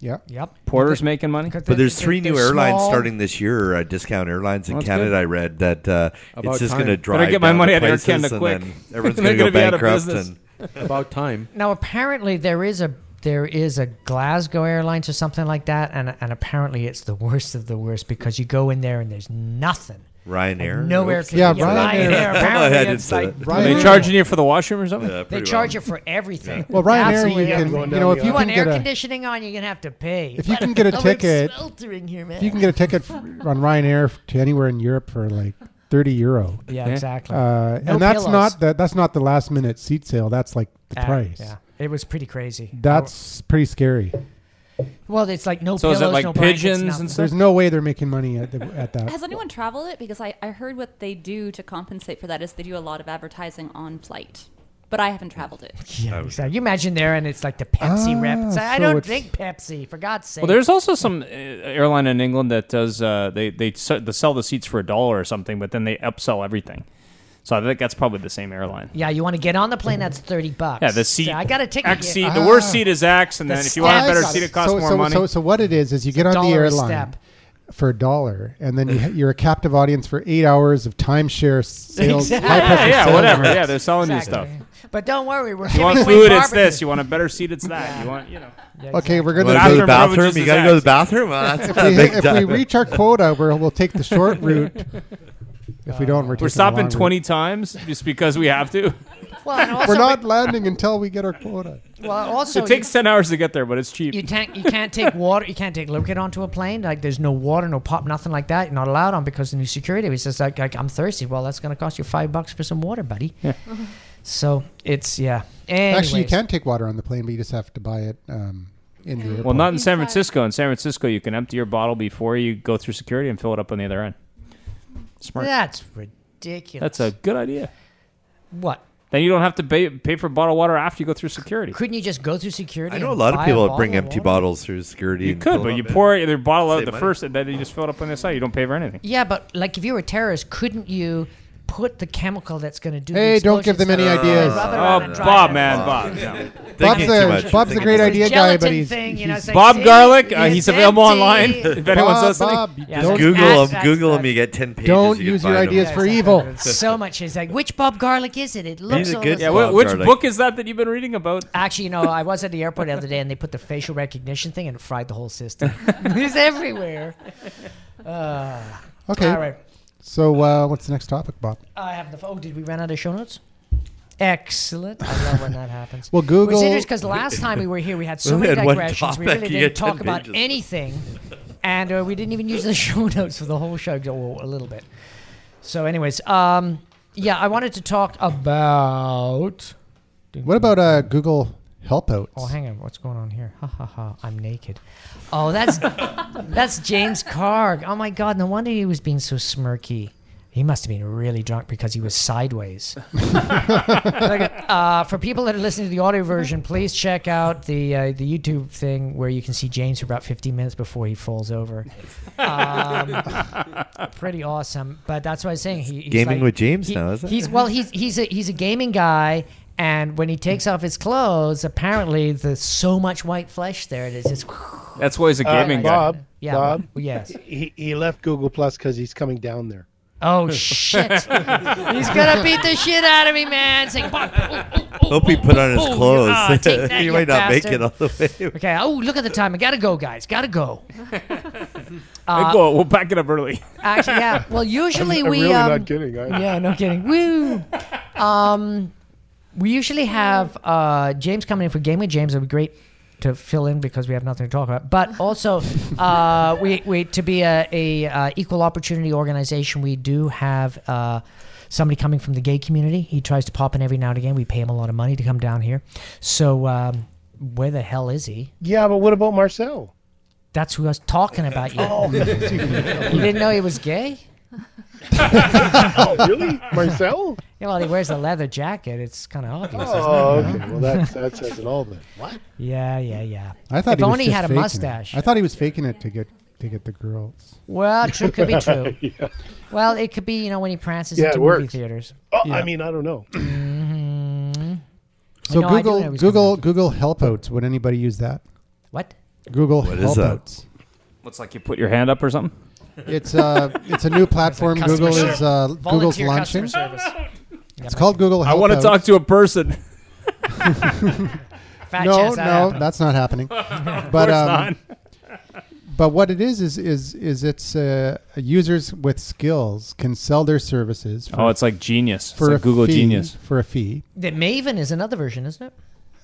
Speaker 1: Yeah.
Speaker 2: Yep.
Speaker 8: Porter's making money.
Speaker 4: But there's three new airlines starting this year. Uh, discount airlines in
Speaker 7: That's
Speaker 4: Canada.
Speaker 7: good.
Speaker 4: I read that uh, it's
Speaker 7: About
Speaker 4: just going to
Speaker 7: time.
Speaker 4: drive.
Speaker 8: Better get my
Speaker 4: down
Speaker 8: money
Speaker 4: to
Speaker 8: out of Air
Speaker 4: places
Speaker 8: Canada
Speaker 4: and
Speaker 8: quick.
Speaker 4: then Everyone's
Speaker 8: They're
Speaker 4: going to go
Speaker 8: gonna be out of
Speaker 4: bankrupt.
Speaker 8: business.
Speaker 4: And
Speaker 7: About time.
Speaker 2: Now apparently there is a there is a Glasgow Airlines or something like that, and and apparently it's the worst of the worst because you go in there and there's nothing.
Speaker 4: Ryanair.
Speaker 2: Nowhere
Speaker 4: Oops.
Speaker 2: can Yeah, you- Ryanair. Ryanair,
Speaker 4: I
Speaker 2: apparently
Speaker 4: hadn't
Speaker 2: it's
Speaker 4: said
Speaker 2: like-
Speaker 4: it.
Speaker 1: Ryanair-
Speaker 8: They charging you for the washroom or something?
Speaker 4: Yeah, pretty
Speaker 2: They
Speaker 4: well.
Speaker 2: charge you for everything.
Speaker 1: Well, Ryanair,
Speaker 2: Absolutely
Speaker 1: you can,
Speaker 2: everything.
Speaker 1: you know, if
Speaker 2: you
Speaker 1: you can
Speaker 2: want air
Speaker 1: get a,
Speaker 2: conditioning on, you're gonna have to pay.
Speaker 1: If you can get a
Speaker 2: Oh, it's
Speaker 1: ticket-
Speaker 2: sweltering here, man.
Speaker 1: if you can get a ticket f- on Ryanair f- to anywhere in Europe for like thirty euro.
Speaker 2: yeah,
Speaker 7: Yeah.
Speaker 2: exactly.
Speaker 1: Uh,
Speaker 2: No
Speaker 1: and that's
Speaker 2: pillows.
Speaker 1: not the, that's not the last minute seat sale. That's like the
Speaker 2: Ah,
Speaker 1: price.
Speaker 2: Yeah, it was pretty crazy.
Speaker 1: That's pretty scary.
Speaker 2: well, it's like no
Speaker 8: So is
Speaker 2: pillows,
Speaker 8: it like
Speaker 2: no blankets,
Speaker 8: pigeons
Speaker 2: nothing.
Speaker 8: and stuff?
Speaker 1: There's no way they're making money at, the, at that.
Speaker 9: Has anyone traveled it? Because I, I heard what they do to compensate for that is they do a lot of advertising on flight. But I haven't traveled it.
Speaker 2: Yeah, exactly. You imagine there, and it's like the Pepsi rep. It's
Speaker 1: Ah,
Speaker 2: like, I
Speaker 1: so
Speaker 2: don't
Speaker 1: it's-
Speaker 2: drink Pepsi, for God's sake.
Speaker 8: Well, there's also some uh, airline in England that does uh, they they se- they sell the seats for a dollar or something, but then they upsell everything. So I think that's probably the same airline.
Speaker 2: yeah, you want to get on the plane? That's thirty bucks.
Speaker 8: Mm-hmm. Yeah, the seat.
Speaker 2: So I got a ticket.
Speaker 8: X
Speaker 2: yeah.
Speaker 8: seat. The
Speaker 1: Ah.
Speaker 8: worst seat is X, and
Speaker 2: The
Speaker 8: then if you want a
Speaker 2: steps.
Speaker 8: better seat, it costs
Speaker 1: so,
Speaker 8: more
Speaker 1: so,
Speaker 8: money.
Speaker 1: So, so what it is is you get on the
Speaker 2: dollar a
Speaker 1: airline
Speaker 2: step.
Speaker 1: for a dollar, and then you, ha- you're a captive audience for eight hours of timeshare sales.
Speaker 2: Exactly.
Speaker 8: yeah,
Speaker 1: high-pressure
Speaker 8: yeah,
Speaker 1: sales.
Speaker 8: whatever. Yeah, they're selling
Speaker 2: Exactly.
Speaker 8: you stuff.
Speaker 2: Ah. But don't worry, we're
Speaker 8: You
Speaker 2: giving
Speaker 8: want
Speaker 2: away
Speaker 8: food? It's
Speaker 2: barbecue.
Speaker 8: this. You want a better seat? It's that. You want you know.
Speaker 2: Yeah,
Speaker 1: Okay, we're
Speaker 4: You
Speaker 1: going
Speaker 4: want
Speaker 1: to
Speaker 4: to go to
Speaker 8: Bathroom
Speaker 4: the bathroom?
Speaker 8: privileges
Speaker 4: You
Speaker 8: is
Speaker 4: got to go to
Speaker 8: X.
Speaker 4: the bathroom? Well, that's not a
Speaker 1: if we,
Speaker 4: big
Speaker 1: if we
Speaker 4: time.
Speaker 1: reach our quota, we're, we'll take the short route. If we don't, we're, taking
Speaker 8: We're
Speaker 1: the
Speaker 8: stopping
Speaker 1: long route.
Speaker 8: 20 times just because we have to.
Speaker 2: exactly. Well, and also,
Speaker 1: We're not landing until we get our quota.
Speaker 2: Well, also,
Speaker 8: it takes 10 hours to get there, but it's cheap.
Speaker 2: you, you can't you can't take water. You can't take liquid onto a plane. Like there's no water, no pop, nothing like that. You're not allowed on because the new security was just like, like I'm thirsty. Well, that's gonna cost you five bucks for some water, buddy.
Speaker 8: Yeah.
Speaker 2: So it's yeah.
Speaker 1: Actually, you
Speaker 2: Anyways.
Speaker 1: can take water on the plane, but you just have to buy it um, in the airport.
Speaker 8: Well, not in San
Speaker 5: Inside.
Speaker 8: Francisco. In San Francisco, you can empty your bottle before you go through security and fill it up on the other end. Smart.
Speaker 2: That's ridiculous.
Speaker 8: That's a good idea.
Speaker 2: what?
Speaker 8: Then you don't have to pay, pay for bottled water after you go through security.
Speaker 2: Couldn't you just go through security?
Speaker 4: I know a
Speaker 2: and
Speaker 4: lot
Speaker 2: buy
Speaker 4: of people that
Speaker 2: bottle
Speaker 4: bring
Speaker 2: of
Speaker 4: empty
Speaker 2: water?
Speaker 4: bottles through security.
Speaker 8: You
Speaker 4: and
Speaker 8: could,
Speaker 4: fill
Speaker 8: but
Speaker 4: them
Speaker 8: you
Speaker 4: up.
Speaker 8: pour your bottle out
Speaker 4: Save
Speaker 8: the
Speaker 4: money.
Speaker 8: first, and then you just fill it up on the other side. You don't pay for anything.
Speaker 2: Yeah, but like if you were a terrorist, couldn't you put the chemical that's going to do? the
Speaker 1: Hey, don't give
Speaker 2: explosions
Speaker 1: them
Speaker 2: that-
Speaker 4: Uh,
Speaker 1: any ideas.
Speaker 2: rub it
Speaker 8: Oh,
Speaker 2: on and dry
Speaker 8: Bob,
Speaker 2: it.
Speaker 8: man, Bob. no.
Speaker 1: Bob's
Speaker 4: Thinking too
Speaker 1: a-
Speaker 4: much.
Speaker 1: Bob's a
Speaker 4: Thinking
Speaker 1: great
Speaker 2: The
Speaker 4: too much.
Speaker 1: idea. guy,
Speaker 2: gelatin
Speaker 1: but he's-
Speaker 2: thing, you know, it's like,
Speaker 8: Bob
Speaker 2: see,
Speaker 8: Garlic, uh,
Speaker 2: it's
Speaker 8: he's available
Speaker 2: empty.
Speaker 8: online. If anyone's
Speaker 1: Bob,
Speaker 8: listening,
Speaker 1: Bob,
Speaker 2: Yeah,
Speaker 1: don't,
Speaker 2: that's-
Speaker 4: Google
Speaker 2: that's-
Speaker 4: them.
Speaker 2: that's-
Speaker 4: Google
Speaker 2: that's-
Speaker 4: them. You get ten pages.
Speaker 1: Don't
Speaker 4: you can
Speaker 1: use your
Speaker 4: find 'em.
Speaker 1: ideas
Speaker 2: Yeah,
Speaker 1: for
Speaker 2: exactly.
Speaker 1: evil.
Speaker 2: There's so much. It's like which Bob Garlic is it? It looks
Speaker 4: He's a
Speaker 2: so
Speaker 4: good
Speaker 8: yeah,
Speaker 4: Bob
Speaker 8: wh- which
Speaker 4: Garlic.
Speaker 8: book is that that you've been reading about?
Speaker 2: Actually, you know, I was at the airport the other day and they put the facial recognition thing and it fried the whole system. it's everywhere. Uh,
Speaker 1: Okay.
Speaker 2: All right.
Speaker 1: So, uh, what's the next topic, Bob?
Speaker 2: I have the. Oh, did we run out of show notes? Excellent. I love when that happens.
Speaker 1: Well, Google.
Speaker 2: Which is because last time we were here, we had so
Speaker 4: We
Speaker 2: many
Speaker 4: had one
Speaker 2: digressions. We
Speaker 4: topic,
Speaker 2: really
Speaker 4: you
Speaker 2: didn't
Speaker 4: get
Speaker 2: talk
Speaker 4: 10
Speaker 2: about
Speaker 4: pages.
Speaker 2: anything, and uh, we didn't even use the show notes for the whole show, or a little bit. So, anyways, um, yeah, I wanted to talk about.
Speaker 1: What about uh, Google Helpouts?
Speaker 2: Oh, hang on. What's going on here? Ha ha ha. I'm naked. Oh, that's that's James Carg. Oh my God. No wonder he was being so smirky. He must have been really drunk because he was sideways. uh, for people that are listening to the audio version, please check out the uh, the YouTube thing where you can see James for about 15 minutes before he falls over. Um, pretty awesome. But that's what I was saying. He, he's
Speaker 4: Gaming
Speaker 2: like-
Speaker 4: with James
Speaker 2: he-
Speaker 4: now, is it?
Speaker 2: He's well, he's he's a he's a gaming guy, and when he takes off his clothes, apparently there's so much white flesh there. It is just
Speaker 8: That's why he's a
Speaker 3: Uh,
Speaker 8: gaming guy.
Speaker 3: Bob,
Speaker 2: yeah,
Speaker 3: Bob,
Speaker 2: well, yes.
Speaker 3: he, he left Google Plus because he's coming down there.
Speaker 2: Oh shit! he's gonna beat the shit out of me, man. Saying, "Bob, ooh, ooh, ooh,
Speaker 4: Hope he
Speaker 2: ooh,
Speaker 4: put
Speaker 2: ooh,
Speaker 4: on
Speaker 2: ooh,
Speaker 4: his
Speaker 2: you-
Speaker 4: clothes.
Speaker 2: ah, take that,
Speaker 4: he
Speaker 2: you
Speaker 4: might not make
Speaker 2: bastard.
Speaker 4: it all the way.
Speaker 2: Okay. Oh, look at the time. I gotta go, guys. Gotta go. uh,
Speaker 8: Hey, cool, We'll pack it up early.
Speaker 2: Actually, yeah. Well, usually
Speaker 3: I'm
Speaker 2: we
Speaker 3: really
Speaker 2: um,
Speaker 3: not kidding. I,
Speaker 2: Yeah, no kidding. Woo! Um, we usually have uh, James coming in for Game with James. It would be great to fill in because we have nothing to talk about. But also, uh, we, we to be a, a uh, equal opportunity organization, we do have uh, somebody coming from the gay community. He tries to pop in every now and again. We pay him a lot of money to come down here. So um, where the hell is he?
Speaker 3: Yeah, but what about Marcel?
Speaker 2: That's who I was talking about. You. you didn't know he was gay?
Speaker 3: Oh, really? Marcel?
Speaker 2: Yeah, well, he wears a leather jacket. It's kind of obvious.
Speaker 3: Oh, okay. Well, that, that says it all then. What?
Speaker 2: Yeah, yeah, yeah.
Speaker 1: I thought
Speaker 2: if
Speaker 1: he was
Speaker 2: only he
Speaker 1: just
Speaker 2: had a
Speaker 1: faking it.
Speaker 2: mustache.
Speaker 1: I thought he was faking it to get to get the girls.
Speaker 2: Well, true could be true. Well, it could be you know when he prances
Speaker 3: Yeah,
Speaker 2: into
Speaker 3: it
Speaker 2: movie
Speaker 3: works.
Speaker 2: theaters.
Speaker 3: Oh, I mean, I don't know.
Speaker 2: know, Oh, I do
Speaker 1: So
Speaker 2: know
Speaker 1: Google
Speaker 2: he's
Speaker 1: Google Google Helpouts. Would anybody use that?
Speaker 2: What?
Speaker 1: Google
Speaker 4: What is that?
Speaker 1: Helpouts.
Speaker 8: What's like you put your hand up or something?
Speaker 1: It's uh it's a new platform
Speaker 2: customer
Speaker 1: Google
Speaker 2: service.
Speaker 1: is uh, Google's
Speaker 2: Volunteer
Speaker 1: launching.
Speaker 2: customer service.
Speaker 1: It's called Google Helpouts.
Speaker 8: I want to talk to a person.
Speaker 2: Fat
Speaker 1: No,
Speaker 2: chance that
Speaker 1: no,
Speaker 2: happened.
Speaker 1: that's not happening. but um But what it is is is is it's uh, users with skills can sell their services.
Speaker 8: Oh, it's like genius. It's
Speaker 1: for
Speaker 8: like
Speaker 1: a
Speaker 8: Google
Speaker 1: fee-
Speaker 8: Genius.
Speaker 1: for a fee.
Speaker 2: That Maven is another version, isn't it?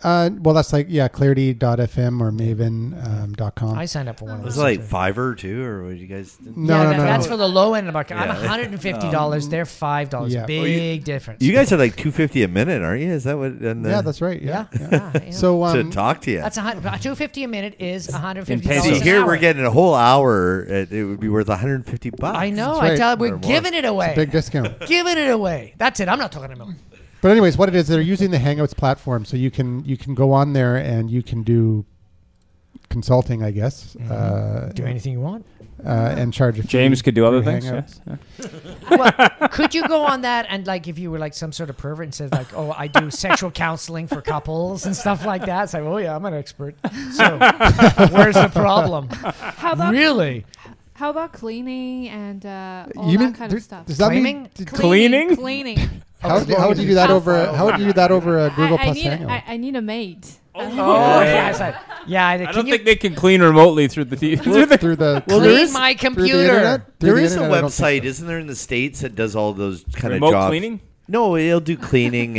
Speaker 1: Uh, well, that's like yeah, Clarity.fm or Maven um, dot com.
Speaker 2: I signed up for one of
Speaker 4: Was
Speaker 2: those.
Speaker 4: it like Fiverr too, or what you guys?
Speaker 1: No,
Speaker 2: yeah,
Speaker 1: no,
Speaker 2: that-
Speaker 1: no,
Speaker 2: that's
Speaker 1: no.
Speaker 2: for the low end of the market. I'm
Speaker 4: Yeah.
Speaker 2: $150. they're $5.
Speaker 1: Yeah.
Speaker 2: Big
Speaker 4: Well, you-
Speaker 2: difference.
Speaker 4: You guys are like two fifty a minute, aren't you? Is that what? And
Speaker 1: yeah,
Speaker 4: uh,
Speaker 1: that's right. Yeah.
Speaker 2: yeah.
Speaker 1: yeah.
Speaker 2: yeah, yeah.
Speaker 1: So um,
Speaker 4: to talk to you.
Speaker 2: That's a hundred. Two fifty a minute is one hundred
Speaker 8: In
Speaker 2: fifty
Speaker 8: pesos.
Speaker 2: dollars.
Speaker 4: See,
Speaker 2: an
Speaker 4: here we're
Speaker 2: hour.
Speaker 4: getting a whole hour. It, it would be worth 150 bucks.
Speaker 2: I know.
Speaker 1: That's
Speaker 2: I
Speaker 1: right.
Speaker 2: tell. We're
Speaker 4: Or more.
Speaker 2: giving it away.
Speaker 1: big discount.
Speaker 2: giving it away. That's it. I'm not talking about.
Speaker 1: But anyways, what it is, they're using the Hangouts platform, so you can you can go on there and you can do consulting, I guess, uh,
Speaker 2: Mm-hmm. Do anything you want.
Speaker 1: uh, and charge. A fee
Speaker 8: James could do
Speaker 1: through
Speaker 8: other things. yeah.
Speaker 1: Hangouts.
Speaker 2: Could you go on that and like if you were like some sort of pervert and said like, oh, I do sexual counseling for couples and stuff like that? It's like, oh yeah, I'm an expert. So where's the problem?
Speaker 5: How about
Speaker 2: Really?
Speaker 5: how about cleaning and uh, all
Speaker 1: you
Speaker 5: that
Speaker 1: mean
Speaker 5: kind
Speaker 1: there-
Speaker 5: of stuff?
Speaker 1: does that mean
Speaker 2: Claiming?
Speaker 1: d-
Speaker 8: Cleaning?
Speaker 5: Cleaning.
Speaker 1: how, would you- how would you do that over? How would you do that over a Google
Speaker 5: I, I
Speaker 1: Plus
Speaker 5: need
Speaker 1: Hangout?
Speaker 5: I, I need a maid.
Speaker 2: Oh yeah. It's like, yeah. I,
Speaker 8: I
Speaker 2: can
Speaker 8: don't
Speaker 2: you
Speaker 8: think they can clean remotely through the TV. through the-
Speaker 1: through the
Speaker 2: clean
Speaker 1: through
Speaker 2: my
Speaker 1: the internet?
Speaker 2: computer?
Speaker 1: Through
Speaker 4: There
Speaker 1: the
Speaker 4: is a
Speaker 1: internet, I don't think
Speaker 4: website,
Speaker 1: so.
Speaker 4: isn't there, in the states that does all those kind
Speaker 8: Remote
Speaker 4: of jobs?
Speaker 8: cleaning?
Speaker 4: No, it'll do cleaning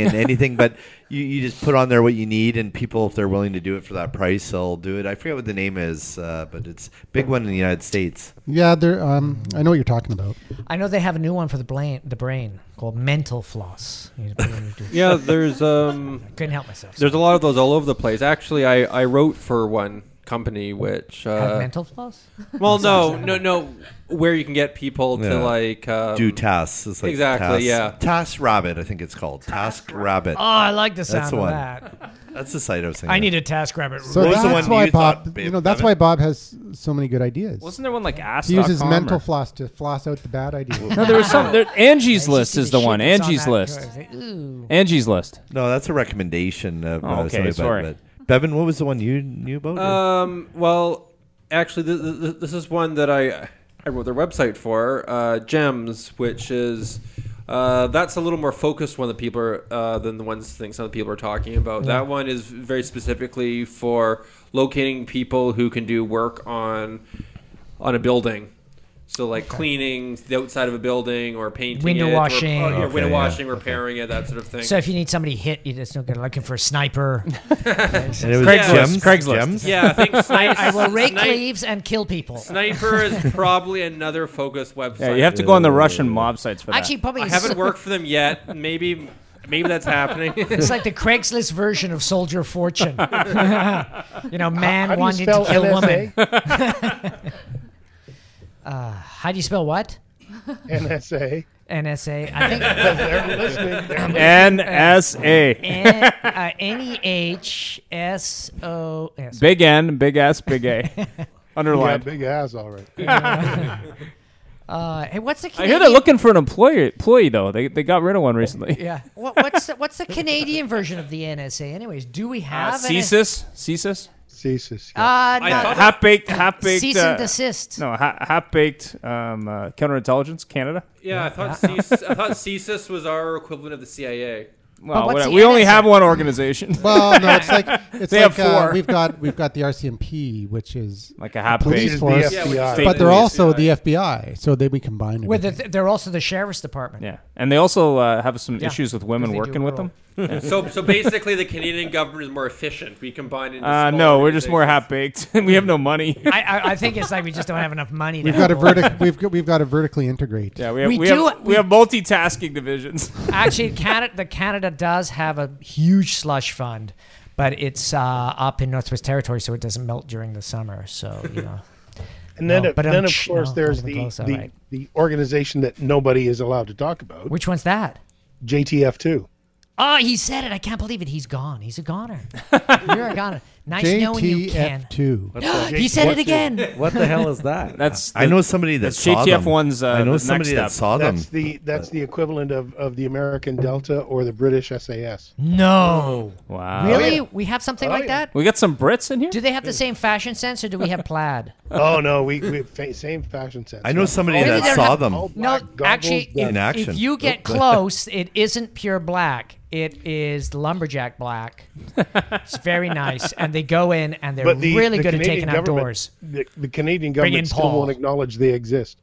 Speaker 4: and anything, but you, you just put on there what you need, and people, if they're willing to do it for that price, they'll do it. I forget what the name is, uh, but it's a big one in the United States.
Speaker 1: Yeah, there. Um, I know what you're talking about.
Speaker 2: I know they have a new one for the brain, the brain called mental floss. You put it in your douche.
Speaker 6: Yeah, there's um,
Speaker 2: Couldn't help myself.
Speaker 6: there's a lot of those all over the place. Actually, I, I wrote for one company which
Speaker 2: Have
Speaker 6: uh,
Speaker 2: mental floss.
Speaker 6: well, no, no, no, where you can get people to
Speaker 4: Yeah.
Speaker 6: like um,
Speaker 4: do tasks. It's like
Speaker 6: exactly,
Speaker 4: Task-
Speaker 6: yeah.
Speaker 4: Task Rabbit, I think it's called. Task Rabbit.
Speaker 2: Oh, I like the sound
Speaker 4: That's the
Speaker 2: of
Speaker 4: one.
Speaker 2: that.
Speaker 4: That's the site I was thinking.
Speaker 2: I need a task rabbit.
Speaker 1: So
Speaker 4: What was the
Speaker 1: that's
Speaker 4: one
Speaker 1: why
Speaker 4: you thought,
Speaker 1: Bob.
Speaker 4: babe,
Speaker 1: you know, that's
Speaker 4: Evan?
Speaker 1: why Bob has so many good ideas.
Speaker 8: Wasn't there one like ass?
Speaker 1: he uses
Speaker 8: dot com
Speaker 1: mental
Speaker 8: or-
Speaker 1: floss to floss out the bad ideas.
Speaker 8: No, there was some. There, Angie's
Speaker 2: I
Speaker 8: List
Speaker 2: see
Speaker 8: is the
Speaker 2: shit
Speaker 8: one.
Speaker 2: that's on
Speaker 8: Angie's
Speaker 2: that
Speaker 8: List.
Speaker 2: cover. It's like, ooh.
Speaker 8: Angie's List.
Speaker 4: No, that's a recommendation. Of,
Speaker 8: Oh,
Speaker 4: uh,
Speaker 8: okay,
Speaker 4: somebody, but-
Speaker 8: sorry.
Speaker 4: But, Bevan, what was the one you knew about? or-
Speaker 2: Uh,
Speaker 6: Um, well, actually, th- th- th- this is one that I I wrote their website for uh, Gems, which is uh, that's a little more focused one that people are uh, than the ones things some people are talking about. That one is very specifically for locating people who can do work on on a building. So like cleaning the outside of a building or painting,
Speaker 2: Window
Speaker 6: it, or-
Speaker 2: washing.
Speaker 6: or, yeah,
Speaker 4: Okay,
Speaker 6: window
Speaker 4: yeah.
Speaker 6: washing, repairing it, that sort of thing.
Speaker 2: So if you need somebody hit, you just don't get looking for a sniper.
Speaker 4: and it was
Speaker 6: Craigslist,
Speaker 4: Gems?
Speaker 8: Craigslist.
Speaker 4: Gems?
Speaker 6: yeah, I think snipe,
Speaker 2: I will rake
Speaker 6: snipe-
Speaker 2: leaves and kill people.
Speaker 6: Sniper is probably another focused website.
Speaker 8: Yeah, you have to go on the Russian mob sites for that.
Speaker 2: Actually, probably
Speaker 6: I
Speaker 2: it's,
Speaker 6: haven't worked for them yet. Maybe, maybe that's happening.
Speaker 2: it's like the Craigslist version of Soldier Fortune. you know, man
Speaker 3: How do you
Speaker 2: wanting
Speaker 3: spell
Speaker 2: to kill
Speaker 3: NSA?
Speaker 2: woman. Uh, How do you spell what?
Speaker 3: NSA.
Speaker 2: NSA. I think
Speaker 3: They're listening. They're
Speaker 8: NSA.
Speaker 2: N- uh, N-E-H-S-O-S.
Speaker 8: Big N, big S, big A.
Speaker 3: Yeah,
Speaker 8: Underlined.
Speaker 3: big ass, all right.
Speaker 2: Uh, hey, what's the
Speaker 8: I
Speaker 2: Canadian?
Speaker 8: hear they're looking for an employee, employee though. They, they got rid of one recently.
Speaker 2: Yeah. What, what's the, what's the Canadian version of the NSA? Anyways, do we
Speaker 8: Uh,
Speaker 2: have an-
Speaker 8: CSIS? CSIS?
Speaker 3: Ceases.
Speaker 2: Uh,
Speaker 6: I
Speaker 2: no.
Speaker 6: thought-
Speaker 8: Half baked, half baked.
Speaker 2: Cease and
Speaker 8: Uh,
Speaker 2: desist.
Speaker 8: no, half baked um, uh, counterintelligence, Canada.
Speaker 6: yeah, I thought CSIS, I thought CSIS was our equivalent of the CIA.
Speaker 8: Well,
Speaker 2: what's
Speaker 8: whatever.
Speaker 2: the
Speaker 8: we only
Speaker 2: NSA?
Speaker 8: have one organization.
Speaker 1: well, no, it's like it's
Speaker 8: They
Speaker 1: like
Speaker 8: have
Speaker 1: uh,
Speaker 8: four.
Speaker 1: we've got we've got the RCMP, which is
Speaker 8: like a half
Speaker 1: police
Speaker 8: baked.
Speaker 1: force,
Speaker 3: Yeah,
Speaker 6: state
Speaker 1: but they're
Speaker 6: police.
Speaker 1: also the FBI. So they we combine.
Speaker 2: Well,
Speaker 1: everything.
Speaker 2: they're, they're also the sheriff's department.
Speaker 8: Yeah, and they also uh, have some
Speaker 2: Yeah.
Speaker 8: issues with women
Speaker 2: They do
Speaker 8: working with
Speaker 2: parole.
Speaker 8: them.
Speaker 6: So, so basically, the Canadian government is more efficient. We combine into.
Speaker 8: Uh,
Speaker 6: small
Speaker 8: no, we're just more half
Speaker 6: organizations.
Speaker 8: baked, and we have no money.
Speaker 2: I, I, I think it's like we just don't have enough money. to
Speaker 1: We've got a
Speaker 2: handle it.
Speaker 1: vertic- we've got, we've got to vertically integrate.
Speaker 8: Yeah, we have
Speaker 2: We
Speaker 8: we,
Speaker 2: do-
Speaker 8: have, we have multitasking divisions.
Speaker 2: Actually, Canada, the Canada does have a huge slush fund, but it's uh, up in Northwest Territory, so it doesn't melt during the summer. So you know,
Speaker 3: And then,
Speaker 2: No, but, um,
Speaker 3: then of
Speaker 2: shh,
Speaker 3: course,
Speaker 2: no,
Speaker 3: there's
Speaker 2: not
Speaker 3: the
Speaker 2: even close, all
Speaker 3: the,
Speaker 2: right.
Speaker 3: the organization that nobody is allowed to talk about,
Speaker 2: which one's that?
Speaker 3: JTF2.
Speaker 2: Oh, he said it. I can't believe it. He's gone. He's a goner. You're a goner. Nice knowing you can.
Speaker 1: JTF two.
Speaker 2: he said it again.
Speaker 11: What the hell is that?
Speaker 8: That's
Speaker 4: I know somebody that
Speaker 8: that's
Speaker 4: saw them.
Speaker 8: JTF1's, uh,
Speaker 4: I
Speaker 8: the
Speaker 4: know
Speaker 8: next
Speaker 4: somebody
Speaker 8: step.
Speaker 4: that saw them.
Speaker 3: That's the that's the equivalent of, of the American Delta or the British SAS.
Speaker 2: No.
Speaker 8: wow.
Speaker 2: Really? We have something like
Speaker 3: yeah.
Speaker 2: that?
Speaker 8: We got some Brits in here.
Speaker 2: Do they have the same fashion sense, or do we have plaid?
Speaker 3: oh no, we, we fa- same fashion sense.
Speaker 4: I know somebody
Speaker 2: Maybe
Speaker 4: that
Speaker 2: they're
Speaker 4: saw
Speaker 2: not-
Speaker 4: them.
Speaker 3: All
Speaker 2: No,
Speaker 3: black goggles,
Speaker 2: actually,
Speaker 3: black-
Speaker 2: if,
Speaker 4: In action.
Speaker 2: if you get close, it isn't pure black. It is lumberjack black. It's very nice, and they go in and they're
Speaker 3: But the,
Speaker 2: really
Speaker 3: the
Speaker 2: good at taking
Speaker 3: Canadian
Speaker 2: out
Speaker 3: government,
Speaker 2: doors.
Speaker 3: The, the Canadian
Speaker 2: Bring
Speaker 3: government
Speaker 2: in
Speaker 3: still
Speaker 2: Paul.
Speaker 3: won't acknowledge they exist.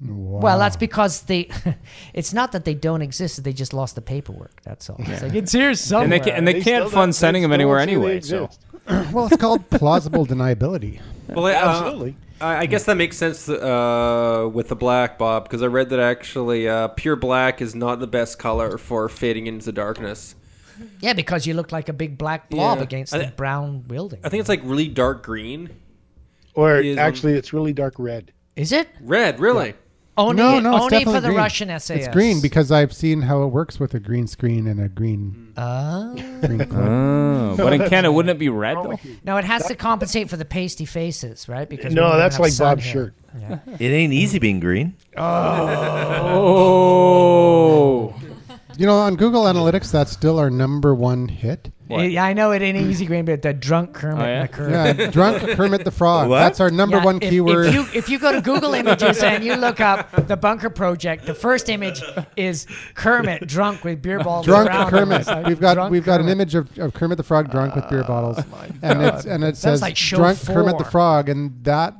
Speaker 2: Well, that's because they. it's not that they don't exist; they just lost the paperwork. That's all. It's like it's here somewhere.
Speaker 8: And they, ca- and they,
Speaker 3: still
Speaker 8: can't
Speaker 3: don't-
Speaker 8: fund sending
Speaker 3: they
Speaker 8: them
Speaker 3: still
Speaker 8: anywhere
Speaker 3: don't say they
Speaker 8: anyway. So
Speaker 3: exist.
Speaker 1: well, it's called plausible deniability.
Speaker 6: Well, I- uh,
Speaker 3: Absolutely.
Speaker 6: I, I guess that makes sense uh, with the black, Bob, because I read that actually uh, pure black is not the best color for fading into darkness.
Speaker 2: yeah, because you look like a big black blob
Speaker 6: Yeah.
Speaker 2: against
Speaker 6: I
Speaker 2: the
Speaker 6: thi-
Speaker 2: brown building.
Speaker 6: I think it's like really dark green.
Speaker 3: Or
Speaker 6: Is, um,
Speaker 3: actually, it's really dark red.
Speaker 2: is it
Speaker 6: Red, really?
Speaker 2: only
Speaker 1: no, no,
Speaker 2: only
Speaker 1: it's
Speaker 2: for
Speaker 1: definitely
Speaker 2: the
Speaker 1: green.
Speaker 2: Russian SAS?
Speaker 1: It's green because I've seen how it works with a green screen and a
Speaker 3: Mm.
Speaker 1: green.
Speaker 2: Oh.
Speaker 1: green cloud.
Speaker 8: Oh, but in Canada, wouldn't it be red? Though?
Speaker 2: now it has to compensate for the pasty faces, right? Because we
Speaker 3: No,
Speaker 2: don't
Speaker 3: that's
Speaker 2: have
Speaker 3: like
Speaker 2: sun
Speaker 3: Bob's
Speaker 2: here.
Speaker 3: shirt.
Speaker 4: It ain't easy being green.
Speaker 8: Oh,
Speaker 1: You know, on Google Analytics, that's still our number one hit.
Speaker 2: Yeah, I know it ain't easy green, but the drunk Kermit
Speaker 8: Oh, yeah?
Speaker 2: McCurry.
Speaker 1: Yeah, drunk Kermit the Frog.
Speaker 4: What?
Speaker 1: That's our number
Speaker 2: Yeah,
Speaker 1: one
Speaker 2: if- if,
Speaker 1: keyword.
Speaker 2: you, if you go to Google Images and you look up the Bunker Project, the first image is Kermit drunk with beer bottles.
Speaker 1: drunk
Speaker 2: around him.
Speaker 1: Kermit.
Speaker 2: It's like,
Speaker 1: we've got
Speaker 2: drunk
Speaker 1: we've got an
Speaker 2: Kermit. Oh,
Speaker 1: image of, of Kermit the Frog drunk with beer bottles, and it's, and it says
Speaker 2: like show
Speaker 1: drunk
Speaker 2: four.
Speaker 1: Kermit the Frog, and that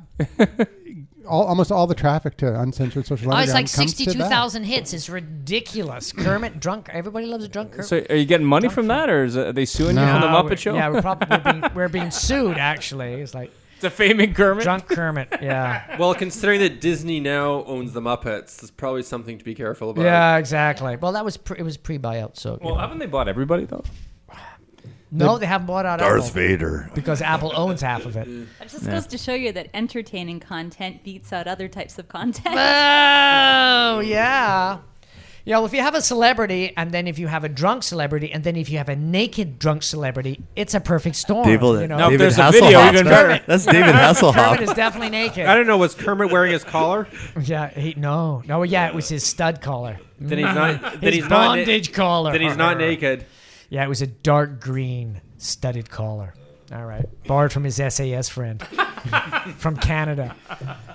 Speaker 1: all, almost all the traffic to uncensored social.
Speaker 2: Oh, it's
Speaker 1: Underground
Speaker 2: like
Speaker 1: comes to that.
Speaker 2: sixty-two thousand hits. It's ridiculous. Kermit drunk. Everybody loves a drunk Kermit.
Speaker 8: so are you getting money from that, or is, are they suing you from the
Speaker 2: No,
Speaker 8: Muppet Show?
Speaker 2: Yeah, we're probably we're being, we're being sued. Actually, it's like
Speaker 8: defaming Kermit.
Speaker 2: drunk Kermit. Yeah,
Speaker 6: Well, considering that Disney now owns the Muppets, there's probably something to be careful about.
Speaker 2: yeah, exactly. Well, that was pre- it was pre-buyout, so you
Speaker 8: Well,
Speaker 2: know.
Speaker 8: haven't they bought everybody though?
Speaker 2: no, they haven't bought out Apple
Speaker 4: Vader.
Speaker 2: because Apple owns half of it.
Speaker 9: It just goes to show you that entertaining content beats out other types of content.
Speaker 2: Oh yeah. Yeah, well, if you have a celebrity, and then if you have a drunk celebrity, and then if you have a naked drunk celebrity, it's a perfect storm.
Speaker 4: David,
Speaker 2: you know?
Speaker 8: Now, if
Speaker 4: David
Speaker 8: there's a
Speaker 4: Hasselhoff.
Speaker 8: video, even
Speaker 4: That's-
Speaker 8: better.
Speaker 4: That's David
Speaker 2: Kermit is
Speaker 4: Hasselhoff.
Speaker 2: definitely naked.
Speaker 6: I don't know. Was Kermit wearing his collar?
Speaker 2: Yeah, he, no, no, yeah, it was his stud collar, Mm-hmm.
Speaker 6: Then he's not. Then
Speaker 2: his
Speaker 6: he's not. na-
Speaker 2: bondage collar.
Speaker 6: Then he's not naked.
Speaker 2: Yeah, it was a dark green studded collar. All right, borrowed from his SAS friend from Canada.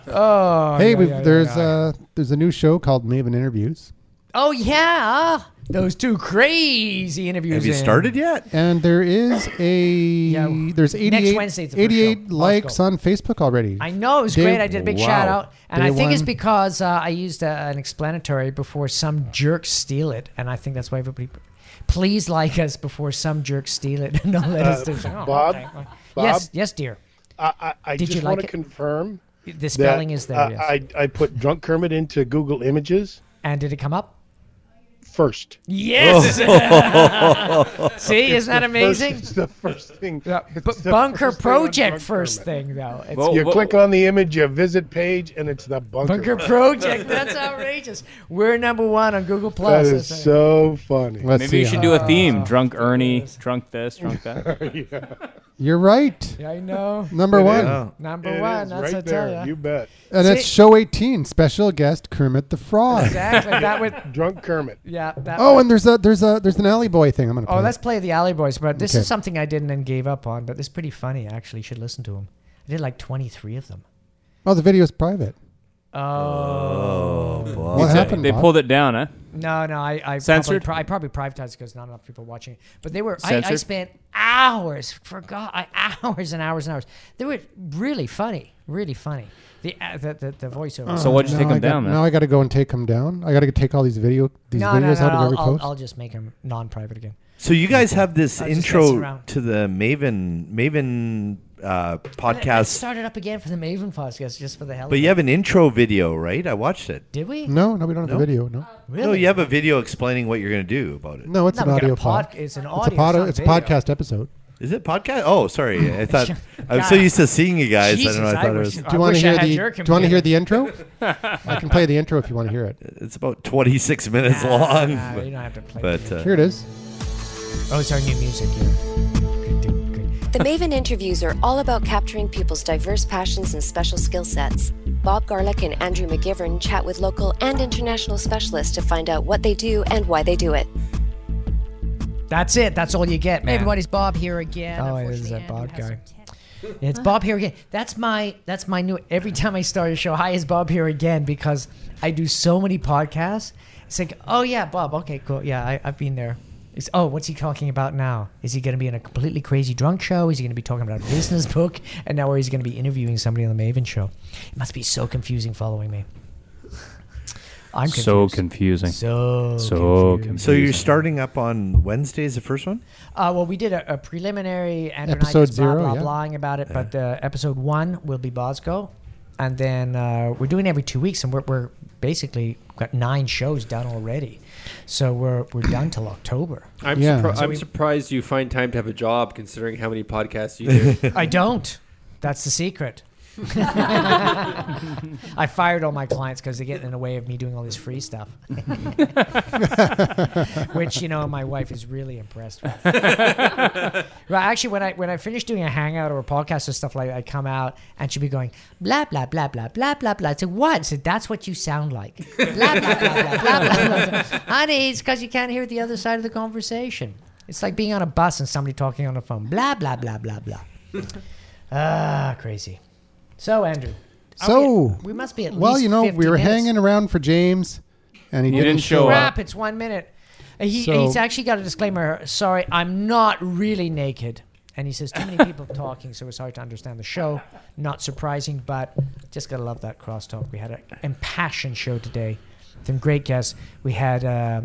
Speaker 2: Oh,
Speaker 1: Hey,
Speaker 2: yeah,
Speaker 1: we've,
Speaker 2: yeah, yeah,
Speaker 1: there's
Speaker 2: yeah.
Speaker 1: uh there's a new show called Maven Interviews,
Speaker 2: oh yeah, those two crazy interviews.
Speaker 4: Have you
Speaker 2: in-
Speaker 4: started yet?
Speaker 1: and there is a
Speaker 2: Yeah,
Speaker 1: there's
Speaker 2: next
Speaker 1: 88,
Speaker 2: Wednesday's the first
Speaker 1: 88
Speaker 2: show. Let's
Speaker 1: likes
Speaker 2: go.
Speaker 1: on Facebook already.
Speaker 2: I know it was
Speaker 1: Day-
Speaker 2: great. I did a big
Speaker 1: wow.
Speaker 2: shout out, and
Speaker 1: Day
Speaker 2: I think it's
Speaker 1: one.
Speaker 2: because uh, I used uh an explanatory before some jerks steal it, and I think that's why everybody. Please like us before some jerks steal it and don't let us do something.
Speaker 3: Uh, Bob? Bob?
Speaker 2: Oh, Yes, yes, dear.
Speaker 3: I, I, I
Speaker 2: Did you
Speaker 3: just
Speaker 2: like
Speaker 3: want to
Speaker 2: it?
Speaker 3: confirm
Speaker 2: The
Speaker 3: that
Speaker 2: spelling is there.
Speaker 3: uh,
Speaker 2: yes.
Speaker 3: I, I put drunk Kermit into Google Images
Speaker 2: and did it come up?
Speaker 3: first.
Speaker 2: Yes. See, isn't that amazing?
Speaker 3: First is the first thing.
Speaker 2: Yeah,
Speaker 3: it's
Speaker 2: but
Speaker 3: the
Speaker 2: bunker
Speaker 3: first thing on
Speaker 2: project
Speaker 3: Drunk
Speaker 2: first
Speaker 3: Kermit.
Speaker 2: thing though. It's
Speaker 8: Well,
Speaker 3: You
Speaker 8: well,
Speaker 3: click on the image, you visit page, and it's the bunker.
Speaker 2: bunker project. That's outrageous. We're number one on Google
Speaker 3: That
Speaker 2: Plus.
Speaker 3: is
Speaker 2: isn't it?
Speaker 3: so funny.
Speaker 1: Let's
Speaker 8: Maybe you
Speaker 1: see.
Speaker 8: should do a
Speaker 2: Uh,
Speaker 8: theme: drunk Ernie, drunk this, drunk that.
Speaker 1: You're right.
Speaker 2: Yeah, I know.
Speaker 1: Number one,
Speaker 4: Oh.
Speaker 2: Number
Speaker 3: It
Speaker 2: one.
Speaker 3: is
Speaker 2: That's
Speaker 3: right
Speaker 2: what I
Speaker 3: there.
Speaker 2: tell
Speaker 3: You
Speaker 2: you.
Speaker 3: bet.
Speaker 1: and it's
Speaker 2: See-
Speaker 1: show 18. Special guest Kermit the Frog.
Speaker 2: Exactly. That would.
Speaker 3: Drunk Kermit.
Speaker 2: Yeah. That
Speaker 1: Oh,
Speaker 2: would-
Speaker 1: and there's a there's a there's an alley boy thing. I'm gonna.
Speaker 2: Oh,
Speaker 1: play.
Speaker 2: let's play the Alley Boys, but this
Speaker 1: Okay.
Speaker 2: is something I didn't and gave up on, but it's pretty funny actually. You should listen to them. I did like 23 of them.
Speaker 1: Oh, the video's private.
Speaker 2: Oh.
Speaker 1: What happened?
Speaker 8: They
Speaker 1: Bob?
Speaker 8: pulled it down, huh?
Speaker 2: No, no, I, I
Speaker 8: Censored?
Speaker 2: Probably, pri- I probably privatized because not enough people watching it. But they were. I, I
Speaker 8: Censored?
Speaker 2: spent hours, forgot I, hours and hours and hours. They were really funny, really funny. The uh, the the, the voiceover.
Speaker 8: So what'd you
Speaker 1: Now
Speaker 8: take
Speaker 1: I
Speaker 8: them
Speaker 1: got-
Speaker 8: down,
Speaker 1: Now
Speaker 8: man?
Speaker 1: I got to go and take them down. I got to take all these video these
Speaker 2: no, no, no,
Speaker 1: videos out of
Speaker 2: I'll,
Speaker 1: every
Speaker 2: I'll,
Speaker 1: post.
Speaker 2: I'll just make them non-private again.
Speaker 4: So you guys have this
Speaker 2: I was just messing
Speaker 4: intro
Speaker 2: around.
Speaker 4: to the Maven Maven uh,
Speaker 2: I
Speaker 4: podcast,
Speaker 2: started up again for the Maven podcast just for the hell.
Speaker 4: but
Speaker 2: of
Speaker 4: you
Speaker 2: it.
Speaker 4: have an intro video, right? I watched it.
Speaker 2: did we?
Speaker 1: no, no, we don't have
Speaker 4: No?
Speaker 1: a video. No,
Speaker 2: Really?
Speaker 4: No, you have a video explaining what you're going to do about it.
Speaker 1: no, it's
Speaker 2: No,
Speaker 1: an
Speaker 2: we got a
Speaker 1: audio
Speaker 2: pod-
Speaker 1: pod.
Speaker 2: it's an
Speaker 1: It's a
Speaker 2: audio,
Speaker 1: pod.
Speaker 2: it's not
Speaker 1: It's a
Speaker 2: video.
Speaker 1: podcast episode.
Speaker 4: Is it podcast? Oh, sorry. I thought I'm so
Speaker 2: God.
Speaker 4: used to seeing you guys.
Speaker 2: Jesus,
Speaker 4: I don't know. I thought
Speaker 2: wish,
Speaker 1: Do
Speaker 4: it
Speaker 1: you
Speaker 2: I
Speaker 1: want
Speaker 2: wish
Speaker 1: to
Speaker 2: I
Speaker 1: hear
Speaker 2: had
Speaker 1: the
Speaker 2: your
Speaker 1: Do you want
Speaker 2: computer.
Speaker 1: to hear the intro? I can play the intro if you want to hear it.
Speaker 4: was. It's about 26 minutes long.
Speaker 2: Ah,
Speaker 4: but-
Speaker 2: you don't have to play.
Speaker 4: but uh,
Speaker 1: Here it is.
Speaker 2: oh, it's our new music. Yeah. Good, good, good.
Speaker 11: The Maven interviews are all about capturing people's diverse passions and special skill sets. Bob Garlick and Andrew McGivern chat with local and international specialists to find out what they do and why they do it.
Speaker 2: That's it. That's all you get, man. everybody's Bob here again. Oh, it is that Bob guy. It's Bob here again. That's my that's my new every time I start a show, hi is Bob here again because I do so many podcasts. It's like, oh yeah, Bob, okay, cool. Yeah, I, I've been there. Is, oh, what's he talking about now? Is he going to be in a completely crazy drunk show? Is he going to be talking about a business book? And now he's going to be interviewing somebody on the Maven show. It must be so confusing following me. I'm confused.
Speaker 8: So confusing.
Speaker 2: So
Speaker 8: so confusing.
Speaker 4: So you're starting up on Wednesday is the first one?
Speaker 2: Uh, well, we did a, a preliminary Andronitis
Speaker 1: Episode zero,
Speaker 2: blah blah
Speaker 1: yeah.
Speaker 2: blahing about it, but uh, episode one will be Bosco, and then uh, we're doing every two weeks, and we're, we're basically got nine shows done already, so we're we're done till October.
Speaker 6: I'm,
Speaker 1: Yeah.
Speaker 6: surpri-
Speaker 1: So
Speaker 6: I'm
Speaker 1: we-
Speaker 6: surprised you find time to have a job considering how many podcasts you do.
Speaker 2: I don't. That's the secret. I fired all my clients because they get in the way of me doing all this free stuff, which you know my wife is really impressed with. Right, actually, when I when I finish doing a hangout or a podcast or stuff like, that, I come out and she'd be going blah blah blah blah blah blah blah. I said what? I said that's what you sound like. Blah blah blah blah blah blah. blah. Honey, it's because you can't hear the other side of the conversation. It's like being on a bus and somebody talking on the phone. Blah blah blah blah blah. Ah, crazy. So Andrew. are
Speaker 1: So,
Speaker 2: Oh, we, we must be at
Speaker 1: Well,
Speaker 2: least
Speaker 1: you know,
Speaker 2: 50
Speaker 1: we were
Speaker 2: minutes.
Speaker 1: hanging around for James, and he
Speaker 8: He didn't show up.
Speaker 2: Crap! It's one minute. Uh, He,
Speaker 1: So-
Speaker 2: he's actually got a disclaimer. Sorry, I'm not really naked. And he says too many people talking, so it's hard to understand the show. Not surprising, but just gotta love that crosstalk. We had an impassioned show today. Some great guests. We had. Uh,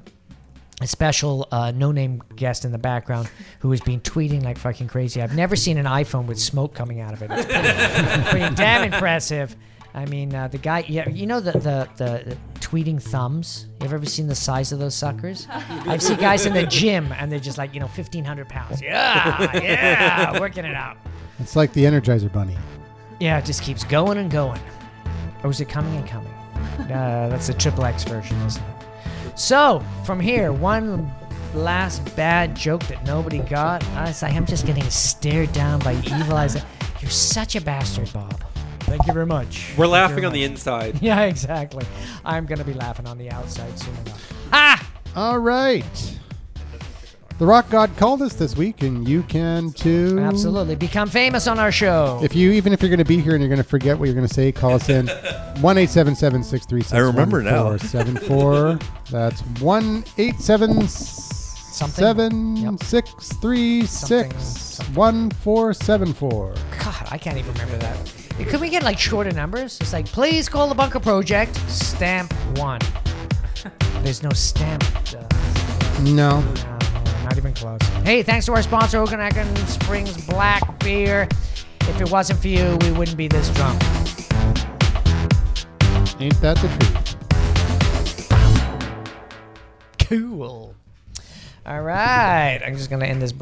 Speaker 2: a special uh, no-name guest in the background who has been tweeting like fucking crazy. I've never seen an iPhone with smoke coming out of it. It's pretty, pretty damn impressive. I mean, uh, the guy. Yeah, you know the, the the tweeting thumbs. You've ever seen the size of those suckers? I've seen guys in the gym and they're just like you know 1,500 pounds. Yeah, yeah, working it out.
Speaker 1: It's like the Energizer Bunny.
Speaker 2: Yeah, it just keeps going and going. Or is it coming and coming? Uh, that's the triple X version, isn't it? So, from here, one last bad joke that nobody got. I was like, I'm just getting stared down by evil eyes. You're such a bastard, Bob. Thank you very much. Thank
Speaker 6: We're
Speaker 2: you
Speaker 6: laughing
Speaker 2: very
Speaker 6: on the
Speaker 2: much.
Speaker 6: inside.
Speaker 2: Yeah, exactly. I'm going to be laughing on the outside soon enough. Ah!
Speaker 1: All right. The Rock God called us this week, and you can too.
Speaker 2: Absolutely. Become famous on our show.
Speaker 1: If you even if you're going to be here and you're going to forget what you're going to say, call us in one eight seven seven six three six.
Speaker 4: I remember now.
Speaker 1: Seven four. That's one eight seven
Speaker 2: Yep.
Speaker 1: seven six three six
Speaker 2: Something.
Speaker 1: one four seven four.
Speaker 2: God, I can't even remember that. Could we get like shorter numbers? It's like, please call the Bunker Project, stamp one. There's no stamp. Uh,
Speaker 1: No.
Speaker 2: no, not even close. Hey, thanks to our sponsor, Okanagan Springs Black Beer. If it wasn't for you, we wouldn't be this drunk.
Speaker 1: Ain't that the truth?
Speaker 2: Cool. All right, I'm just gonna end this.